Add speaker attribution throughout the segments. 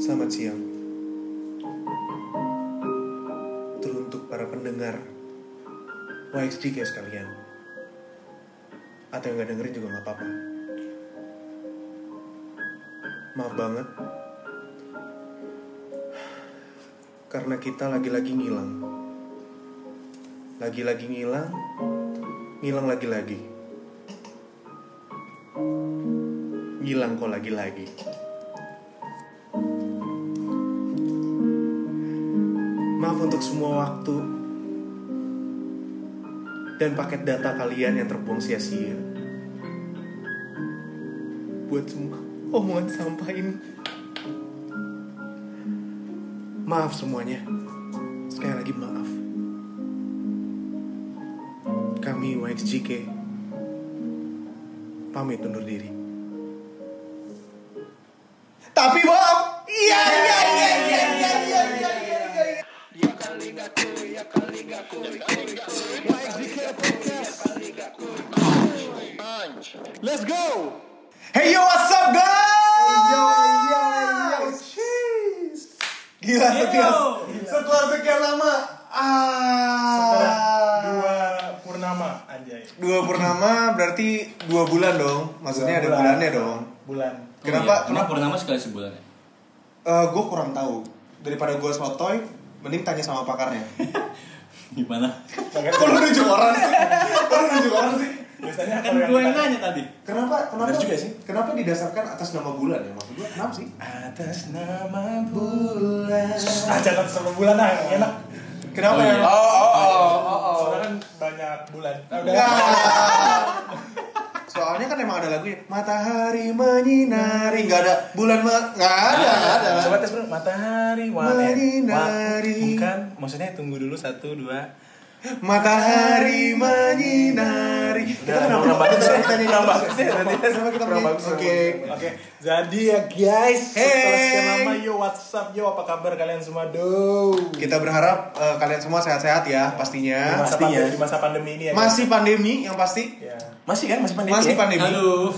Speaker 1: selamat siang. Teruntuk para pendengar YXGK sekalian. Atau yang gak dengerin juga gak apa-apa. Maaf banget. Karena kita lagi-lagi ngilang. Lagi-lagi ngilang. Ngilang lagi-lagi. Ngilang kok lagi-lagi. Maaf untuk semua waktu dan paket data kalian yang terbuang sia-sia. Buat semua omongan sampah ini. Maaf semuanya. Sekali lagi maaf. Kami YXJK pamit undur diri. Tapi maaf. Iya iya iya iya iya iya iya iya. iya.
Speaker 2: Let's go.
Speaker 1: Hey yo, what's up guys?
Speaker 2: yo, yo, yo,
Speaker 1: cheese. Gila sekian, setelah sekian lama.
Speaker 2: Setelah
Speaker 1: Ah.
Speaker 2: dua purnama anjay.
Speaker 1: Dua purnama berarti dua bulan dong. Maksudnya
Speaker 2: Dua
Speaker 1: ada
Speaker 2: bulan.
Speaker 1: bulannya dong.
Speaker 2: Bulan.
Speaker 1: Kenapa?
Speaker 3: Oh, iya. Emang
Speaker 1: Kenapa?
Speaker 3: purnama sekali sebulan ya?
Speaker 1: gue kurang tahu. Daripada gue sotoy, mending tanya sama pakarnya.
Speaker 3: Gimana?
Speaker 2: Kagak-
Speaker 1: Kok lu nunjuk orang sih? Kok lu nunjuk orang sih?
Speaker 2: Biasanya
Speaker 3: Kan
Speaker 2: kalau yang
Speaker 3: gue yang
Speaker 2: ditanya,
Speaker 3: nanya tadi.
Speaker 1: Kenapa? Kenapa
Speaker 2: Bener juga sih.
Speaker 1: Kenapa didasarkan atas nama bulan ya? Maksud gue kenapa sih?
Speaker 2: Atas nama bulan. Ah jangan sama bulan ah enak.
Speaker 1: Kenapa
Speaker 3: Oh,
Speaker 1: ya?
Speaker 3: iya.
Speaker 1: oh, oh, oh,
Speaker 2: Soalnya kan banyak bulan. Nah, udah.
Speaker 1: Nah. Soalnya kan emang ada lagunya Matahari menyinari Gak ada Bulan mah Gak ada Gak ada
Speaker 2: Coba tes bro, matahari wanen.
Speaker 1: Menyinari.
Speaker 2: Bukan, maksudnya tunggu dulu satu dua.
Speaker 1: Matahari menyinari Kita
Speaker 2: Udah,
Speaker 1: kenapa
Speaker 2: kurang bagus ya.
Speaker 1: Kita nyanyi
Speaker 2: Kurang
Speaker 1: terus
Speaker 2: bagus
Speaker 1: ya?
Speaker 2: ya, berarti.
Speaker 1: Kenapa kita
Speaker 2: Kurang
Speaker 1: nyanyi?
Speaker 2: bagus.
Speaker 1: Oke
Speaker 2: Oke, jadi ya guys, setelah
Speaker 1: Hey.
Speaker 2: sekian lama yo what's up yo apa kabar kalian semua do?
Speaker 1: Kita berharap eh, kalian semua sehat-sehat ya pastinya
Speaker 2: masa
Speaker 4: pastinya.
Speaker 2: pandemi, di masa pandemi ini ya. guys.
Speaker 1: Masih pandemi yang pasti
Speaker 2: Ya.
Speaker 4: Masih kan masih pandemi.
Speaker 1: Masih
Speaker 4: ya?
Speaker 1: pandemi
Speaker 3: Aduh.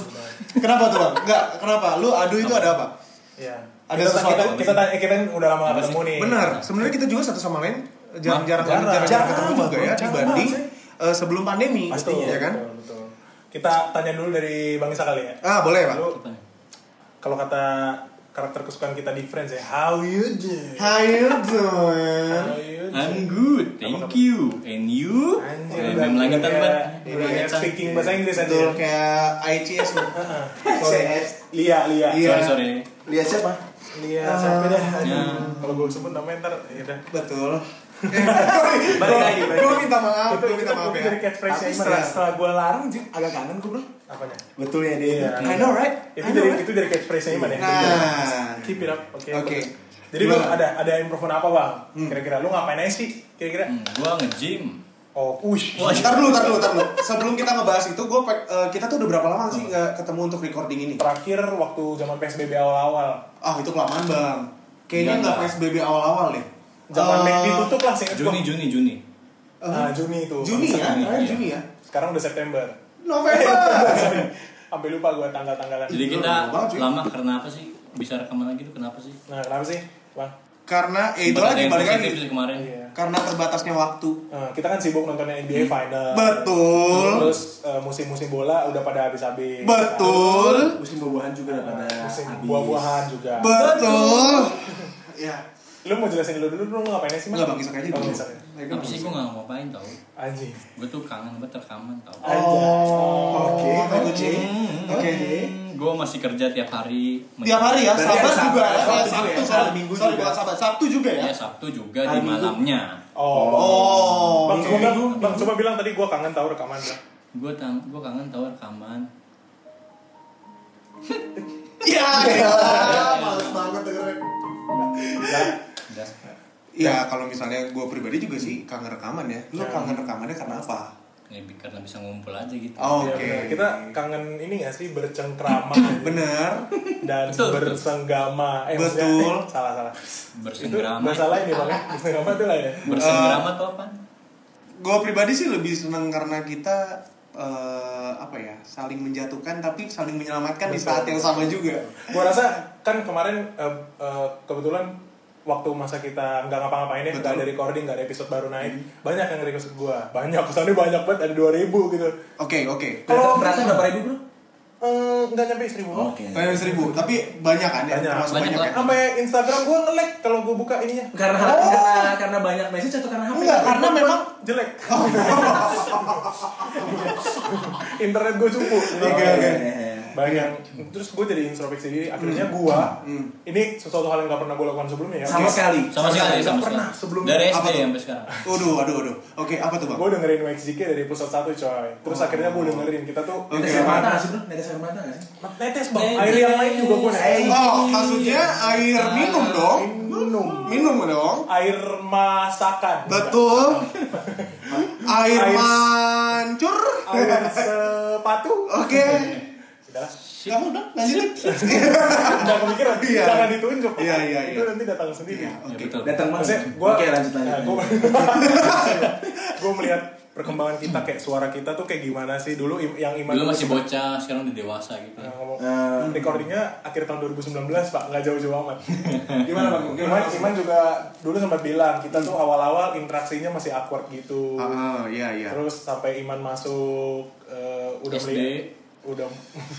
Speaker 1: Kenapa tuh bang? Enggak, kenapa? Lu aduh itu ada apa?
Speaker 2: Ya.
Speaker 1: Ada
Speaker 2: kita,
Speaker 1: sesuatu.
Speaker 2: Kita, kita, tanya- kita kan udah lama
Speaker 3: Apa
Speaker 2: gak ketemu nih.
Speaker 1: Benar, sebenarnya kita juga satu sama lain jarang-jarang
Speaker 2: Jarang.
Speaker 1: jarang-jarang ketemu
Speaker 4: Jarang,
Speaker 1: juga ya
Speaker 4: Bang. Jarang
Speaker 1: dibanding
Speaker 4: banget
Speaker 1: eh, sebelum pandemi
Speaker 2: Pastinya
Speaker 1: ya kan?
Speaker 2: Betul, betul. Kita tanya dulu dari Bang Isa kali ya.
Speaker 1: Ah, boleh, Pak.
Speaker 2: Lu kalau kata karakter kesukaan kita di Friends ya, how you do?
Speaker 1: How you doing?
Speaker 2: How you do?
Speaker 3: I'm good, thank you. And you?
Speaker 2: Anjir,
Speaker 3: Eh, Belum lagi tambah.
Speaker 2: Udah kayak speaking bahasa Inggris aja.
Speaker 1: Betul kayak ICS lu. Sorry.
Speaker 2: Lia, Lia.
Speaker 1: Iya.
Speaker 3: Sorry, sorry.
Speaker 4: Lihat siapa?
Speaker 2: Lia, sampai dah.
Speaker 3: Ya.
Speaker 2: Kalau gue sebut namanya ntar, ya udah.
Speaker 1: Betul.
Speaker 2: Balik lagi, balik
Speaker 1: Gue minta maaf,
Speaker 2: Itu kan
Speaker 1: gue
Speaker 2: itu
Speaker 1: minta maaf
Speaker 2: gue
Speaker 1: ya.
Speaker 2: dari catchphrase-nya
Speaker 4: Tapi
Speaker 2: setelah,
Speaker 1: setelah-
Speaker 2: setelah gue larang, Jin.
Speaker 4: Agak kangen gue bro.
Speaker 2: Apanya?
Speaker 4: Betul ya dia.
Speaker 2: Iya.
Speaker 4: I know right.
Speaker 2: Itu
Speaker 4: I know,
Speaker 2: dari
Speaker 4: right?
Speaker 2: itu dari catchphrase-nya Iman ya.
Speaker 1: Nah.
Speaker 2: Keep it up. Oke.
Speaker 1: Oke.
Speaker 2: bagus. Jadi bang,
Speaker 1: Gimana?
Speaker 2: ada ada improvean apa bang? Kira-kira lu ngapain aja sih? Kira-kira?
Speaker 3: Hmm, gua nge-gym.
Speaker 2: Oh, ush.
Speaker 3: Wah,
Speaker 1: Ntar dulu, ntar dulu, ntar dulu. Sebelum kita ngebahas itu, gue kita tuh udah berapa lama sih nggak ketemu untuk recording ini?
Speaker 2: Terakhir waktu zaman PSBB awal-awal,
Speaker 1: Ah, itu kelamaan bang. Kayaknya
Speaker 3: Iya,
Speaker 1: nggak
Speaker 3: Bang.
Speaker 1: PSBB awal-awal deh.
Speaker 2: zaman
Speaker 1: Eh,
Speaker 2: McD tutup lah sih.
Speaker 3: Juni, Juni, Juni.
Speaker 2: Nah, Juni itu.
Speaker 1: Juni ya,
Speaker 3: Juni,
Speaker 1: terakhir
Speaker 3: iya.
Speaker 1: Juni ya. Eh,
Speaker 2: Sekarang udah September.
Speaker 1: November.
Speaker 2: Sampai lupa gua tanggal-tanggalan.
Speaker 3: Jadi
Speaker 1: Gila,
Speaker 3: kita
Speaker 1: lama banget sih.
Speaker 3: lama karena apa sih? Bisa rekaman lagi tuh kenapa sih?
Speaker 2: Nah, kenapa sih, Bang?
Speaker 1: Karena ya itu
Speaker 3: Sempat ada
Speaker 1: lagi
Speaker 3: yang
Speaker 1: balik lagi.
Speaker 3: positif sih kemarin.
Speaker 2: Iya.
Speaker 1: Karena terbatasnya waktu.
Speaker 2: Nah, kita kan sibuk nontonnya NBA final.
Speaker 1: Betul.
Speaker 2: Terus eh, musim-musim bola udah pada habis-habis.
Speaker 1: Betul.
Speaker 4: Musim buah-buahan juga udah pada
Speaker 2: Nah, musim
Speaker 4: habis.
Speaker 2: buah-buahan juga.
Speaker 1: Betul. Ya.
Speaker 2: lu mau jelasin dulu dulu lu ngapain sih mas?
Speaker 1: Enggak bang Isak aja
Speaker 2: Oh,
Speaker 1: dulu.
Speaker 2: Isak ya.
Speaker 1: iya,
Speaker 3: Tapi sih gua gak ngapain tau.
Speaker 2: Anjing.
Speaker 3: Gua tuh kangen banget rekaman tau.
Speaker 1: Oh, oke.
Speaker 4: Oke.
Speaker 1: Oke. Oke.
Speaker 3: Hmm, Gua masih kerja tiap hari.
Speaker 1: Tiap hari ya,
Speaker 4: Berarti
Speaker 1: sabat
Speaker 4: ada Sabat,
Speaker 1: juga. Eh,
Speaker 4: Sabtu juga
Speaker 1: Sabtu,
Speaker 4: ya?
Speaker 1: sorry.
Speaker 4: Hari Minggu
Speaker 1: Sorry,
Speaker 4: juga.
Speaker 1: bukan sabat. Sabtu juga ya.
Speaker 3: Ya Sabtu juga
Speaker 4: Hari
Speaker 3: di
Speaker 4: Minggu.
Speaker 3: malamnya.
Speaker 2: Oh.
Speaker 1: Oh.
Speaker 2: bang,
Speaker 1: oke.
Speaker 2: coba bang, bang, coba bilang tadi gua kangen tahu rekaman Bang.
Speaker 3: Gua tang, gua kangen tau rekaman.
Speaker 4: Iya.
Speaker 1: Ya, elah, males banget dengerin.
Speaker 2: Iya.
Speaker 3: Udah.
Speaker 1: Ya, kalau misalnya gue pribadi juga sih kangen rekaman ya. Lu
Speaker 5: Iya.
Speaker 1: kangen rekamannya karena apa?
Speaker 3: Lebih Ya, karena bisa ngumpul aja gitu.
Speaker 1: Oh,
Speaker 2: Iya,
Speaker 1: Oke.
Speaker 2: benar. Kita kangen ini gak sih bercengkrama aja.
Speaker 1: Bener.
Speaker 2: dan
Speaker 3: Betul, betul.
Speaker 2: bersenggama. Eh,
Speaker 1: Betul.
Speaker 2: maksudnya- eh, salah salah. Itu
Speaker 3: Bersenggrama.
Speaker 2: nggak salah ini bang. ya.
Speaker 5: Eh.
Speaker 2: Bersenggama itu lah ya.
Speaker 3: Bersenggrama tuh apa?
Speaker 1: Gue pribadi sih lebih seneng karena kita
Speaker 4: eh, apa ya saling menjatuhkan tapi saling
Speaker 1: Kan
Speaker 4: menyelamatkan di
Speaker 2: Betul.
Speaker 4: saat yang sama juga
Speaker 2: Gua rasa kan kemarin eh, eh, kebetulan waktu masa kita nggak ngapa-ngapain ya, nggak
Speaker 4: Betul. Hmm.
Speaker 2: ada recording, nggak ada episode baru naik, banyak yang request gua, banyak, kesannya banyak banget, ada 2000 gitu.
Speaker 4: oke oke
Speaker 5: Kalau berarti berapa ribu bro?
Speaker 2: Eh, nggak nyampe 1000 oh.
Speaker 5: Oke.
Speaker 4: banyak seribu tapi banyak kan ya
Speaker 2: Banyak.
Speaker 4: termasuk
Speaker 3: Banyak
Speaker 4: banyak,
Speaker 3: lah.
Speaker 4: ya
Speaker 2: Sampai Instagram gua nge-lag kalau gua buka ininya.
Speaker 5: Karena
Speaker 3: Oh.
Speaker 5: karena karena banyak message atau karena HP?
Speaker 4: enggak karena memang
Speaker 2: jelek. Internet gue cupu. Jadi
Speaker 4: Oke,
Speaker 2: kayak-
Speaker 4: oke.
Speaker 2: Banyak yang terus gue jadi introspeksi diri. Akhirnya
Speaker 4: Hmm.
Speaker 2: gue ini sesuatu hal yang gak pernah gue lakukan sebelumnya ya.
Speaker 5: Sama sekali.
Speaker 3: Sama sekali,
Speaker 2: Nggak
Speaker 3: sama
Speaker 2: pernah
Speaker 3: sekali.
Speaker 2: sebelumnya.
Speaker 3: Dari
Speaker 4: Apa
Speaker 3: SD
Speaker 4: tuh?
Speaker 3: sampai sekarang. Ya,
Speaker 4: aduh aduh aduh oke apa tuh bang
Speaker 2: Gue dengerin WXJK dari pusat satu coy. Terus akhirnya gue dengerin kita tuh.
Speaker 4: Oh.
Speaker 1: Iya.
Speaker 4: Oke.
Speaker 5: Netes air mata nggak sih bro? Netes air mata nggak sih?
Speaker 2: Netes bang. Air yang lain juga gue netes.
Speaker 4: oh maksudnya air minum dong
Speaker 2: Minum.
Speaker 4: minum dong
Speaker 2: Air masakan.
Speaker 4: betul air
Speaker 2: Air-
Speaker 4: mancur
Speaker 2: Air sepatu.
Speaker 4: oke
Speaker 2: Udah.
Speaker 4: kamu udah lanjutin
Speaker 2: Jangan kepikiran.
Speaker 4: Iya.
Speaker 2: Jangan ditunjuk.
Speaker 4: Iya, iya, iya.
Speaker 2: Itu nanti datang sendiri.
Speaker 4: Iya,
Speaker 3: Ya
Speaker 4: oke
Speaker 3: betul.
Speaker 5: Datang mas.
Speaker 2: Maksudnya gue
Speaker 5: Oke lanjut lanjut. lanjut.
Speaker 2: gue melihat perkembangan kita kayak suara kita tuh kayak gimana sih dulu im- yang iman
Speaker 3: Dulu masih bocah, sekarang udah dewasa gitu.
Speaker 2: Nah, ngomong
Speaker 5: Eh,
Speaker 2: recordingnya akhir tahun 2019 pak nggak jauh-jauh amat
Speaker 5: Gimana bang?
Speaker 2: Iman,
Speaker 4: Iya.
Speaker 2: Iman juga dulu sempat bilang kita tuh awal-awal interaksinya masih awkward gitu
Speaker 4: ah iya iya
Speaker 2: terus sampai Iman masuk eh, udah
Speaker 3: SD.
Speaker 2: melihat udah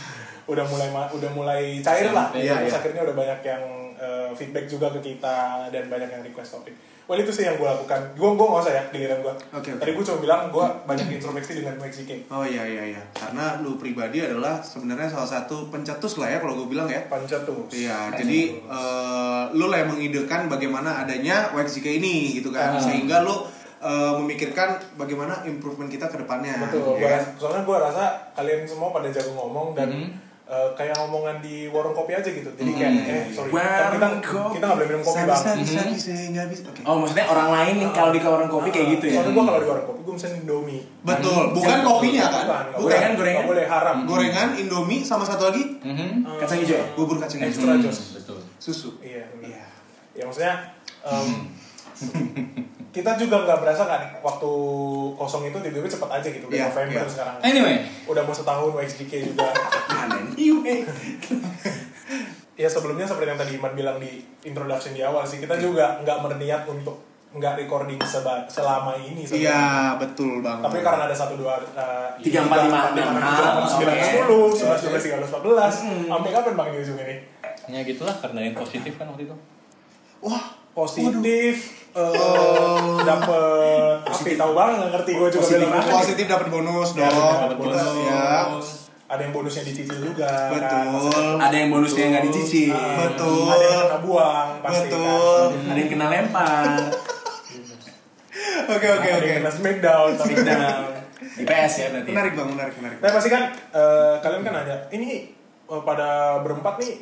Speaker 2: udah mulai ma- udah mulai cair lah
Speaker 3: SMP.
Speaker 4: Iya,
Speaker 2: terus
Speaker 4: iya.
Speaker 2: akhirnya udah banyak yang eh, feedback juga ke kita dan banyak yang request topik well itu sih yang gue lakukan gue gue nggak usah ya giliran gue
Speaker 4: Oke, oke.
Speaker 2: tadi gue cuma bilang gue banyak introspeksi dengan Mexican
Speaker 4: Oh iya iya iya, karena lu pribadi adalah sebenarnya salah satu pencetus lah ya kalau gue bilang ya.
Speaker 2: pancetus
Speaker 4: Iya, jadi
Speaker 2: gitu.
Speaker 4: eh, lu lah yang mengidekan bagaimana adanya WXJK ini gitu
Speaker 2: Ah.
Speaker 4: kan, sehingga lu eh, memikirkan bagaimana improvement kita ke depannya.
Speaker 5: Iya
Speaker 2: Betul,
Speaker 4: ya
Speaker 2: gua
Speaker 4: kan?
Speaker 2: ras- soalnya gue rasa kalian semua pada jago ngomong dan
Speaker 5: Mm-hmm.
Speaker 2: eh, kayak ngomongan di warung kopi aja gitu. Jadi kayak, eh sorry, kita kita
Speaker 5: Mm-hmm. Warung kopi.
Speaker 2: kita nggak boleh minum kopi
Speaker 4: Bisa,
Speaker 2: bang.
Speaker 4: bisa, bisa, bisa, eh, nggak bisa. Oke.
Speaker 5: Oh maksudnya orang lain nih kalau di warung kopi kayak gitu ya?
Speaker 2: Soalnya gue kalau di warung kopi gue misalnya indomie.
Speaker 4: Betul, bukan kopinya kan?
Speaker 2: Bukan, nggak
Speaker 4: Bukan.
Speaker 2: boleh,
Speaker 5: gorengan.
Speaker 2: nggak boleh haram.
Speaker 4: Gorengan, Indomie, sama satu lagi
Speaker 3: Mhm.
Speaker 2: Eh,
Speaker 5: Kacang hijau.
Speaker 4: bubur kacang hijau,
Speaker 2: Extra
Speaker 3: Hmm,
Speaker 5: Mm-hmm.
Speaker 2: jos.
Speaker 3: Betul.
Speaker 4: susu.
Speaker 2: Iya. benar. Ya
Speaker 4: Iya.
Speaker 2: maksudnya. em, kita juga nggak berasa kan waktu kosong itu tiba-tiba cepet aja gitu udah
Speaker 4: Iya,
Speaker 2: November
Speaker 4: iya.
Speaker 2: sekarang
Speaker 3: Anyway,
Speaker 2: udah mau setahun WXDK juga
Speaker 5: Aneh.
Speaker 2: ya sebelumnya seperti yang tadi Iman bilang di introduction di awal sih kita juga nggak berniat untuk nggak recording seba- selama ini sebenarnya.
Speaker 4: Iya, betul banget.
Speaker 2: tapi karena ada satu dua eh,
Speaker 5: Tiga, empat, lima, enam,
Speaker 2: delapan, sembilan
Speaker 5: oke.
Speaker 2: sepuluh sebelas dua belas tiga belas empat belas sampai kapan bang di ujung ini
Speaker 3: ya gitulah karena yang positif kan waktu itu.
Speaker 4: Wah,
Speaker 2: positif eh dapet tapi tahu banget nggak ngerti gue juga
Speaker 5: Positif
Speaker 2: bilang
Speaker 5: apa?
Speaker 2: positif.
Speaker 4: positif dapat bonus dong.
Speaker 2: Ya, dapat
Speaker 4: Bonus,
Speaker 2: bonus.
Speaker 4: ya.
Speaker 2: gitu. ada yang bonusnya dicicil juga kan.
Speaker 4: Betul.
Speaker 5: Ada yang bonusnya nggak dicicil.
Speaker 2: Eh,
Speaker 4: Betul.
Speaker 2: ada yang kena buang pasti
Speaker 4: Betul.
Speaker 2: kan.
Speaker 5: Ada yang kena lempar.
Speaker 4: Oke, oke,
Speaker 2: ada
Speaker 4: oke.
Speaker 2: yang kena smackdown tapi
Speaker 5: Nah, di PS ya berarti.
Speaker 4: Menarik, Bang, menarik, menarik.
Speaker 2: Nah pasti kan eh, kalian kan nanya, ini eh, pada berempat nih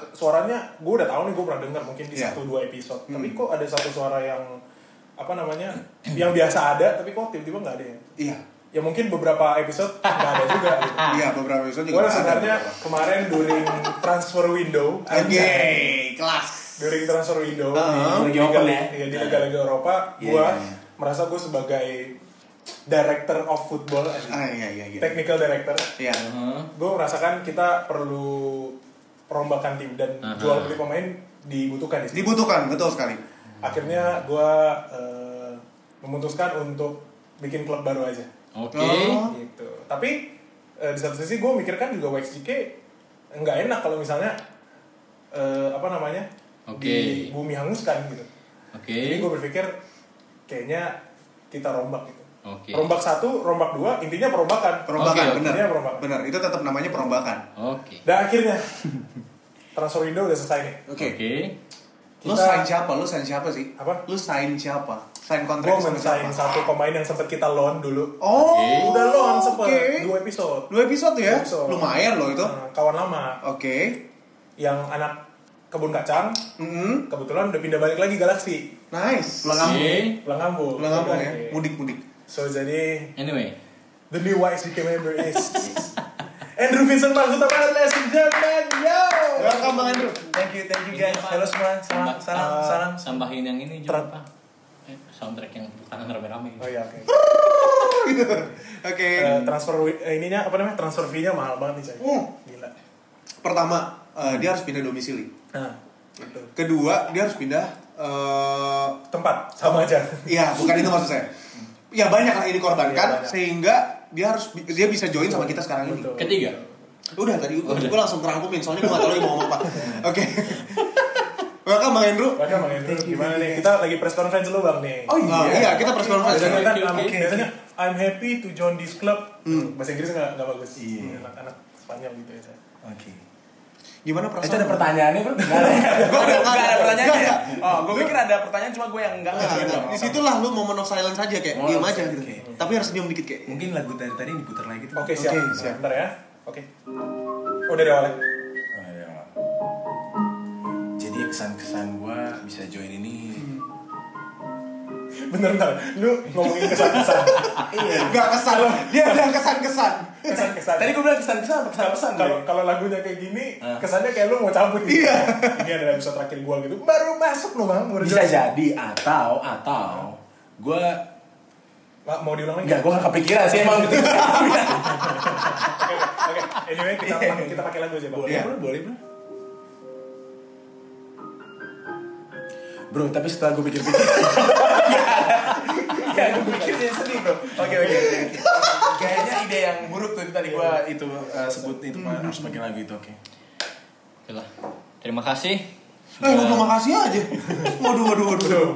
Speaker 2: ke- suaranya gue udah tahu nih gue pernah dengar mungkin di
Speaker 4: Iya.
Speaker 2: satu dua episode. Tapi kok ada satu suara yang apa namanya yang biasa ada tapi kok tiba-tiba nggak ada ya?
Speaker 4: Iya.
Speaker 2: Ya mungkin beberapa episode nggak ada juga. Gitu.
Speaker 4: Iya, beberapa episode
Speaker 2: Gue
Speaker 4: juga. ada.
Speaker 2: sebenarnya kemarin during transfer window,
Speaker 4: Oke, kelas.
Speaker 2: during transfer window
Speaker 4: Uh-huh.
Speaker 2: di
Speaker 5: Lagi open ya?
Speaker 2: iya, di negara-negara Eropa,
Speaker 5: Iya,
Speaker 2: gue
Speaker 5: iya, iya.
Speaker 2: merasa gue sebagai director of football,
Speaker 4: Ah, iya, iya, iya.
Speaker 2: technical director,
Speaker 4: Iya.
Speaker 5: Oh.
Speaker 3: Heeh.
Speaker 2: gue merasakan kita perlu perombakan tim dan
Speaker 3: Aha.
Speaker 2: jual beli pemain dibutuhkan di sini.
Speaker 4: Dibutuhkan, betul sekali.
Speaker 2: Akhirnya gue memutuskan untuk bikin klub baru aja.
Speaker 3: Oke.
Speaker 4: Oh.
Speaker 2: Gitu. Tapi eh, di satu sisi gue mikirkan juga WXJK nggak enak kalau misalnya eh, apa namanya
Speaker 3: Oke.
Speaker 2: di bumi hanguskan gitu.
Speaker 3: Oke.
Speaker 2: Jadi gue berpikir kayaknya kita rombak gitu.
Speaker 3: Oke.
Speaker 2: Rombak satu, rombak dua, intinya perombakan.
Speaker 4: Perombakan,
Speaker 3: Oke,
Speaker 4: benar.
Speaker 2: intinya perombakan.
Speaker 4: Benar, itu tetap namanya perombakan.
Speaker 3: Oke.
Speaker 2: Dan akhirnya transfer window udah selesai nih.
Speaker 4: Oke.
Speaker 3: Oke.
Speaker 4: Lu
Speaker 2: Kita-
Speaker 4: sign siapa? Lu sign siapa sih?
Speaker 2: Apa?
Speaker 4: Lu sign siapa? Sign kontrak
Speaker 2: Gue
Speaker 4: sama
Speaker 2: mensain
Speaker 4: siapa?
Speaker 2: satu pemain yang sempat kita loan dulu.
Speaker 4: Oh,
Speaker 3: Oke.
Speaker 2: Udah loan sempat
Speaker 4: Oke.
Speaker 2: dua episode.
Speaker 4: Dua episode ya?
Speaker 2: Dua episode.
Speaker 4: Lumayan loh itu.
Speaker 2: Nah, kawan lama
Speaker 4: Oke.
Speaker 2: yang anak kebun kacang
Speaker 4: Mm-mm.
Speaker 2: kebetulan udah pindah balik lagi Galaxy
Speaker 4: Mm-hmm. Nice. Iya.
Speaker 5: Pulang kampung.
Speaker 3: Oke.
Speaker 2: pulang kampung.
Speaker 4: Pulang kampung ya.
Speaker 2: Oke.
Speaker 4: Mudik-mudik.
Speaker 2: So jadi
Speaker 3: Anyway.
Speaker 2: the new YSDK member is Andrew Vincent Marzutabana ladies and gentlemen. Yo.
Speaker 4: Welcome Bang Andrew.
Speaker 5: Thank you, thank you guys. Halo semua. Salam,
Speaker 3: Sambah-
Speaker 5: salam,
Speaker 3: eh,
Speaker 5: salam.
Speaker 3: Sambahin yang ini
Speaker 2: Tra-
Speaker 3: juga, Pak. eh, soundtrack yang tepuk tangan rame-rame gitu.
Speaker 2: Oh iya oke.
Speaker 4: Gitu. Oke.
Speaker 2: Eh, transfer wi- eh, ininya apa namanya? Transfer fee-nya mahal banget nih, Cai.
Speaker 4: Hmm.
Speaker 2: Gila.
Speaker 4: Pertama, eh, dia harus pindah domisili.
Speaker 2: Nah, betul.
Speaker 4: Kedua, dia harus pindah eh
Speaker 2: Tempat sama aja.
Speaker 4: Iya, bukan itu maksud saya. Ya banyak lah yang dikorbankan
Speaker 2: Iya, banyak.
Speaker 4: sehingga dia harus bi- dia bisa join sama kita sekarang ini.
Speaker 5: iya.
Speaker 2: Betul.
Speaker 3: Ketiga,
Speaker 4: Udah tadi gue,
Speaker 3: Oh, udah.
Speaker 4: gue langsung terangkumin soalnya gue gak tau lagi mau ngomong apa. Oke. Welcome Bang Andrew.
Speaker 2: Bahkan Bang Andrew, gimana nih? Kita lagi press conference lu Bang nih.
Speaker 5: Oh,
Speaker 4: Ah,
Speaker 5: Iya.
Speaker 4: iya, kita press conference.
Speaker 2: Biasanya
Speaker 4: ya.
Speaker 2: kan,
Speaker 3: Oke,
Speaker 2: I'm-
Speaker 3: oke.
Speaker 2: biasanya I'm happy to join this club. Hmm, Bahasa Inggris nggak nggak bagus.
Speaker 5: Iya.
Speaker 2: Hmm, Anak-anak Spanyol gitu ya. Cai.
Speaker 5: Oke.
Speaker 4: Gimana
Speaker 5: Eh,
Speaker 4: perasaan?
Speaker 5: Itu ada pertanyaannya, Bro? Enggak ada.
Speaker 4: Gua ada-
Speaker 5: Nggak ada pertanyaannya.
Speaker 4: Nggak
Speaker 5: ya?
Speaker 4: ada.
Speaker 5: Oh, gue pikir ada pertanyaan cuma gue yang enggak
Speaker 4: Nah, di situlah lu moment of silence aja kayak
Speaker 5: Moment
Speaker 4: diam
Speaker 5: of
Speaker 4: aja
Speaker 5: silence,
Speaker 4: gitu.
Speaker 5: oke.
Speaker 4: Tapi harus diam dikit kayak.
Speaker 5: Mungkin lagu tadi tadi diputar lagi tuh.
Speaker 2: Oke, siap.
Speaker 4: Oke,
Speaker 2: Nah,
Speaker 4: siap.
Speaker 2: Bentar ya. Oke. Oh, dari awal ya?
Speaker 5: Oh, iya. Jadi kesan-kesan gue bisa join ini
Speaker 2: Bentar, bentar. Lu ngomongin kesan-kesan.
Speaker 5: Iya.
Speaker 4: Enggak kesan. Dia bilang kesan-kesan.
Speaker 2: Kesan-kesan.
Speaker 5: Tadi gue bilang kesan-kesan apa kesan-pesan?
Speaker 2: kalau
Speaker 5: Bro?
Speaker 2: kalau lagunya kayak gini,
Speaker 5: Ah. Iya.
Speaker 2: kesannya kayak lu mau cabut gitu. Ini adalah episode terakhir gua gitu. Baru masuk lu, Bang. Baru
Speaker 5: bisa
Speaker 2: join.
Speaker 5: jadi atau atau gue
Speaker 2: Ma- mau diulang lagi?
Speaker 5: enggak gue nggak kepikiran sih emang gitu.
Speaker 2: Oke, oke. Anyway, kita
Speaker 5: Iya.
Speaker 2: pakai kita pakai lagu aja, Bang.
Speaker 5: boleh
Speaker 4: Iya.
Speaker 5: bro, boleh bro. Bro, tapi setelah gue pikir-pikir, ya, gue pikir jadi sedih bro. Oke oke. oke, oke. Kayaknya ide yang buruk tuh tadi gue
Speaker 4: Iya.
Speaker 5: itu eh, sebut itu
Speaker 4: Hmm.
Speaker 5: harus pakai lagu itu oke.
Speaker 3: oke lah. Terima kasih.
Speaker 4: Eh, lu
Speaker 5: Hmm.
Speaker 3: Sudah-
Speaker 4: terima kasih aja.
Speaker 5: Iya.
Speaker 4: Waduh, waduh, waduh.
Speaker 2: Tuh.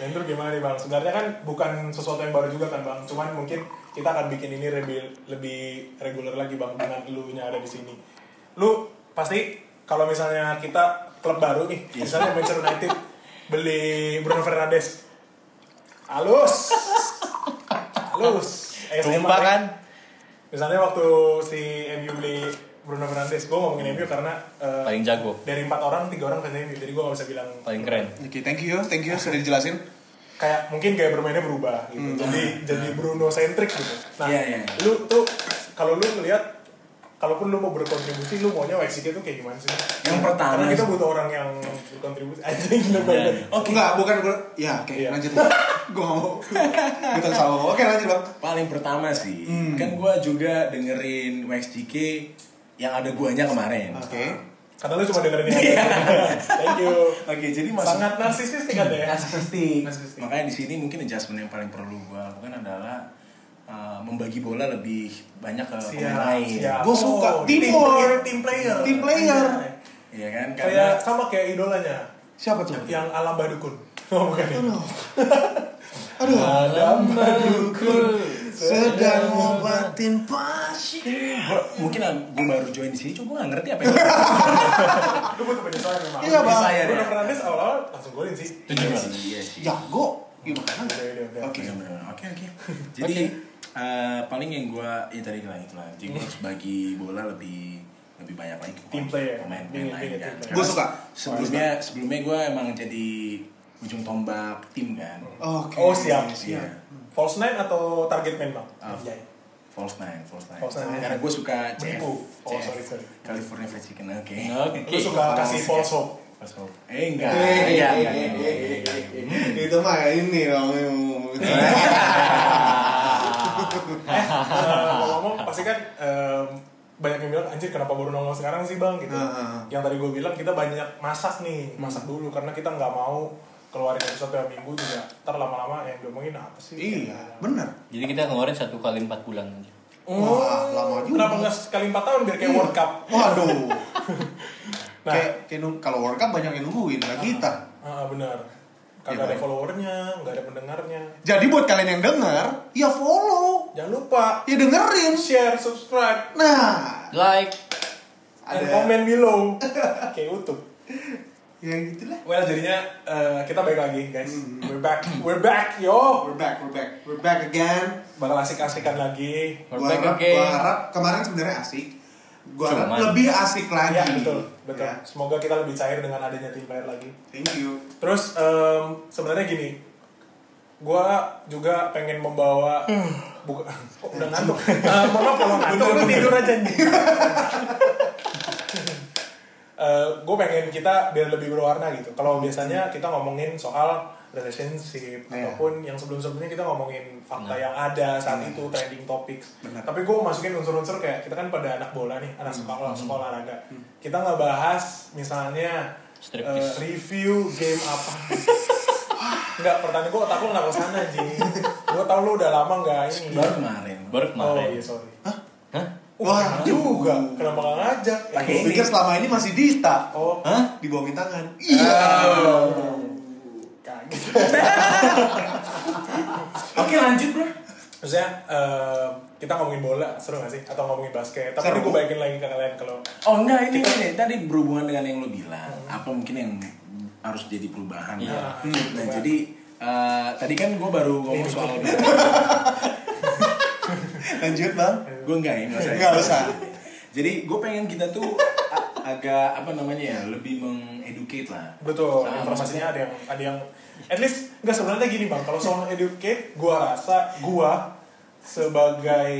Speaker 2: Dan terus gimana nih bang? Sebenarnya kan bukan sesuatu yang baru juga kan bang. Cuman mungkin kita akan bikin ini lebih lebih reguler lagi bang dengan lu nya ada di sini. Lu pasti kalau misalnya kita klub baru nih,
Speaker 3: Iya.
Speaker 2: misalnya Manchester United beli Bruno Fernandes, halus, halus. Eh,
Speaker 5: Tumpah
Speaker 2: sama-
Speaker 5: kan?
Speaker 2: Misalnya waktu si MU beli Bruno Fernandes, gue ngomongin MU karena eh,
Speaker 3: Paling jago,
Speaker 2: dari empat orang tiga orang fans MU, jadi gue gak bisa bilang
Speaker 3: paling keren.
Speaker 4: Oke, thank you, thank you sudah dijelasin.
Speaker 2: kayak mungkin gaya bermainnya berubah gitu. Jadi jadi Bruno centric gitu. Nah,
Speaker 5: Iya, iya.
Speaker 2: lu tuh kalau lu ngelihat kalaupun lu mau berkontribusi lu maunya WXG tuh kayak gimana sih?
Speaker 5: Yang pertama-
Speaker 2: karena kita butuh orang yang berkontribusi anjing lu banget.
Speaker 4: Oke. Enggak, bukan gue. Ya, oke,
Speaker 2: Iya.
Speaker 4: lanjut. gue mau. Gue tak salah ngomong. Oke, lanjut, Bang.
Speaker 5: Paling pertama sih,
Speaker 3: Hmm.
Speaker 5: kan gue juga dengerin WXJK yang ada guanya kemarin.
Speaker 3: Ah.
Speaker 4: Oke.
Speaker 2: Karena lu cuma dengerin ini. Thank you.
Speaker 5: Oke, jadi masuk
Speaker 2: Sangat narsisistik ada ya.
Speaker 5: narsisistik.
Speaker 2: Narsisistik.
Speaker 5: Makanya di sini mungkin adjustment yang paling perlu gue lakukan adalah uh, membagi bola lebih banyak ke pemain lain.
Speaker 4: Gua suka. Teamwork.
Speaker 2: Iya. Oh, tim player.
Speaker 4: Team player.
Speaker 5: Iya kan? Karena
Speaker 2: Kayak sama kayak idolanya
Speaker 4: Siapa tuh?
Speaker 2: yang Alam Badukun. Oh, bukan ya.
Speaker 4: Aduh,
Speaker 2: Alam
Speaker 3: Cool.
Speaker 4: sedang ngobatin pasien.
Speaker 5: gua- mungkin gue baru join di sini, cuma gue nggak ngerti apa yang
Speaker 2: Lu butuh penyesuaian memang. ya,
Speaker 4: Iya, Bang.
Speaker 5: Saya
Speaker 2: Bruno Fernandes awal-awal langsung golin sih. Iya,
Speaker 3: Itu juga.
Speaker 5: Iya sih.
Speaker 4: Jago. Gimana?
Speaker 2: Udah, udah, udah.
Speaker 4: Oke.
Speaker 5: Bener-bener. Oke oke. Jadi eh, paling yang gua ya tadi lah itulah. Jadi gua harus bagi bola lebih lebih banyak lagi ke
Speaker 2: Team player. Iya,
Speaker 5: pemain
Speaker 2: Bingit,
Speaker 5: pemain lain
Speaker 2: bingit,
Speaker 5: kan.
Speaker 2: bingit.
Speaker 5: Karena
Speaker 4: Gua suka.
Speaker 5: Sebelumnya sebelumnya gua emang jadi ujung tombak tim kan.
Speaker 4: Oke.
Speaker 2: Oh siap.
Speaker 5: Iya.
Speaker 2: False nine atau target man bang?
Speaker 5: Ah,
Speaker 2: Iya.
Speaker 5: False nine, false nine.
Speaker 2: False nine.
Speaker 5: Karena gua suka CF.
Speaker 2: Menipu. Oh,
Speaker 5: CF.
Speaker 2: sorry, sorry.
Speaker 5: California Fried Chicken. Oke.
Speaker 2: Lu
Speaker 3: Oke.
Speaker 2: suka kasih false hope.
Speaker 5: False hope. Eh enggak. Iya,
Speaker 4: Iya,
Speaker 5: enggak, enggak, enggak, enggak.
Speaker 4: Itu mah ini dong. yang ngomong. Ah.
Speaker 2: Eh, ngomong pasti kan em, banyak yang bilang anjir kenapa baru nongol sekarang sih bang gitu.
Speaker 4: Ah, Hmm. ah.
Speaker 2: Yang tadi gue bilang kita banyak masak nih, masak dulu karena kita nggak mau keluarin episode tiap minggu juga. Ntar lama-lama yang diomongin apa sih?
Speaker 4: Iya, bener.
Speaker 3: Jadi kita ngeluarin satu kali empat bulan aja.
Speaker 4: Wah, lama juga.
Speaker 2: Kenapa nggak sekali empat tahun biar kayak World Cup?
Speaker 4: Waduh.
Speaker 2: Nah.
Speaker 4: kayak, kayak nung- kalau World Cup banyak yang nungguin lah kita.
Speaker 2: Ah, ah, benar. Kagak
Speaker 4: Iya,
Speaker 2: ada
Speaker 4: baik.
Speaker 2: followernya, nggak ada pendengarnya.
Speaker 4: Jadi buat kalian yang denger, ya follow,
Speaker 2: Jangan lupa
Speaker 4: ya dengerin.
Speaker 2: share, subscribe,
Speaker 4: Nah,
Speaker 3: Like.
Speaker 2: and
Speaker 4: ada
Speaker 2: comment below. kayak YouTube.
Speaker 4: ya gitulah.
Speaker 2: Well jadinya eh, kita balik lagi guys.
Speaker 4: Hmm.
Speaker 2: We're back, we're back yo.
Speaker 4: We're back, we're back, we're back again.
Speaker 2: Bakal asik-asikan lagi.
Speaker 3: We're
Speaker 4: Gua
Speaker 3: back
Speaker 4: harap,
Speaker 3: again.
Speaker 4: gua harap kemarin sebenarnya asik. Gua harap
Speaker 3: Cuman.
Speaker 4: lebih asik lagi.
Speaker 2: Ya betul, betul.
Speaker 4: Ya,
Speaker 2: Semoga kita lebih cair dengan adanya tim player lagi.
Speaker 4: thank you.
Speaker 2: Terus em, sebenarnya gini, gua juga pengen membawa buka oh, udah ngantuk. Eh, Mohon maaf kalau ngantuk lu tidur aja nih. Eh, gue pengen kita biar lebih berwarna gitu. Kalau biasanya kita ngomongin soal relationship
Speaker 4: Iya.
Speaker 2: ataupun yang sebelum-sebelumnya kita ngomongin fakta
Speaker 3: Benar.
Speaker 2: yang ada saat itu trending topics.
Speaker 4: Benar.
Speaker 2: Tapi gue masukin unsur-unsur kayak kita kan pada anak bola nih, anak sekolah sekolah olahraga. Kita nggak bahas misalnya eh,
Speaker 3: Striptease.
Speaker 2: review game apa. Enggak, pertanyaan gue otak lu kenapa kesana, Ji? Gue tau lu udah lama nggak ini.
Speaker 4: Iya,
Speaker 5: Baru kemarin.
Speaker 3: Baru
Speaker 2: Oh
Speaker 3: kemarin.
Speaker 2: iya, sorry.
Speaker 3: Hah?
Speaker 4: Wah,
Speaker 2: Wah, juga. Kenapa gak ngajak? Iya.
Speaker 4: Gue pikir selama ini masih Dita.
Speaker 2: Oh,
Speaker 3: Hah?
Speaker 4: Dibohongin tangan. Iya.
Speaker 5: Oke lanjut bro.
Speaker 2: maksudnya eh, kita ngomongin bola seru gak sih? Atau ngomongin basket? Tapi
Speaker 4: Seru.
Speaker 2: ini gue baikin lagi ke kalian kalau
Speaker 5: Oh enggak ini ini tadi berhubungan dengan yang lo bilang. Apa mungkin yang harus jadi perubahan?
Speaker 3: Iya.
Speaker 5: Nah, nah, jadi eh, tadi kan gue baru ngomong soal
Speaker 4: Lanjut, Bang.
Speaker 5: gue enggak ya enggak usah. ya.
Speaker 4: Nggak usah.
Speaker 5: Jadi gue pengen kita tuh a- agak apa namanya ya lebih mengeducate lah.
Speaker 2: betul
Speaker 5: Nah,
Speaker 2: informasinya ada yang ada yang at least nggak sebenarnya gini bang kalau soal educate gue rasa gue sebagai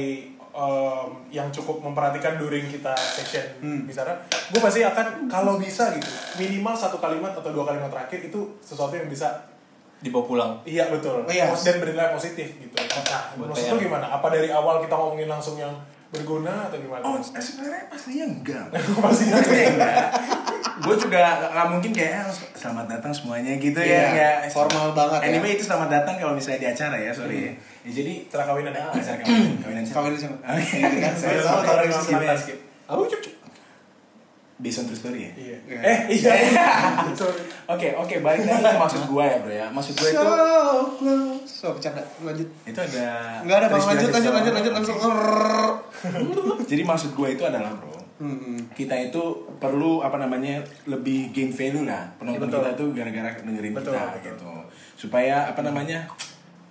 Speaker 2: em, yang cukup memperhatikan during kita session bicara gue pasti akan kalau bisa gitu minimal satu kalimat atau dua kalimat terakhir itu sesuatu yang bisa
Speaker 3: Dibawa pulang.
Speaker 2: Iya betul.
Speaker 4: Oh, iya.
Speaker 2: Pos- Dan bernilai positif gitu. Nah,
Speaker 3: Buat
Speaker 2: maksud
Speaker 3: PR.
Speaker 2: lu gimana? Apa dari awal kita ngomongin langsung yang berguna atau gimana?
Speaker 5: Oh iya. sebenarnya pastinya enggak.
Speaker 2: pasti
Speaker 5: Pastinya enggak. gue juga nggak mungkin kayak "Ah, selamat datang semuanya gitu
Speaker 4: Iya,
Speaker 5: ya enggak
Speaker 4: formal banget ya.
Speaker 5: Anyway itu selamat datang kalau misalnya di acara ya sorry ya. ya. Jadi
Speaker 2: Acara kawinan ya?
Speaker 5: Ah, acara kawinan. Kawinan siapa?
Speaker 4: Kawinan siapa?
Speaker 5: Oke. gitu
Speaker 4: Kan
Speaker 5: iya,
Speaker 4: saya
Speaker 2: Sorry,
Speaker 4: tahu
Speaker 2: sorry,
Speaker 4: taruh di
Speaker 2: sorry,
Speaker 4: sini.
Speaker 2: sorry.
Speaker 5: Aku cukup. Based on true story ya.
Speaker 2: Iya.
Speaker 4: Iya.
Speaker 2: Eh iya. Sorry.
Speaker 5: Oke oke balik lagi ke maksud gue ya bro ya. Maksud gue itu
Speaker 4: So close. So, bercanda. Lanjut.
Speaker 5: itu ada.
Speaker 4: Enggak Nah, ada, Bang.
Speaker 5: terinspirasi
Speaker 4: Lanjut, lanjut,
Speaker 5: sama-
Speaker 4: lanjut, lanjut langsung.
Speaker 5: Jadi maksud gue itu adalah bro, kita itu perlu apa namanya lebih game value lah penonton
Speaker 2: Betul.
Speaker 5: kita tuh gara-gara dengerin
Speaker 2: Betul,
Speaker 5: kita
Speaker 2: betul.
Speaker 5: gitu, supaya apa namanya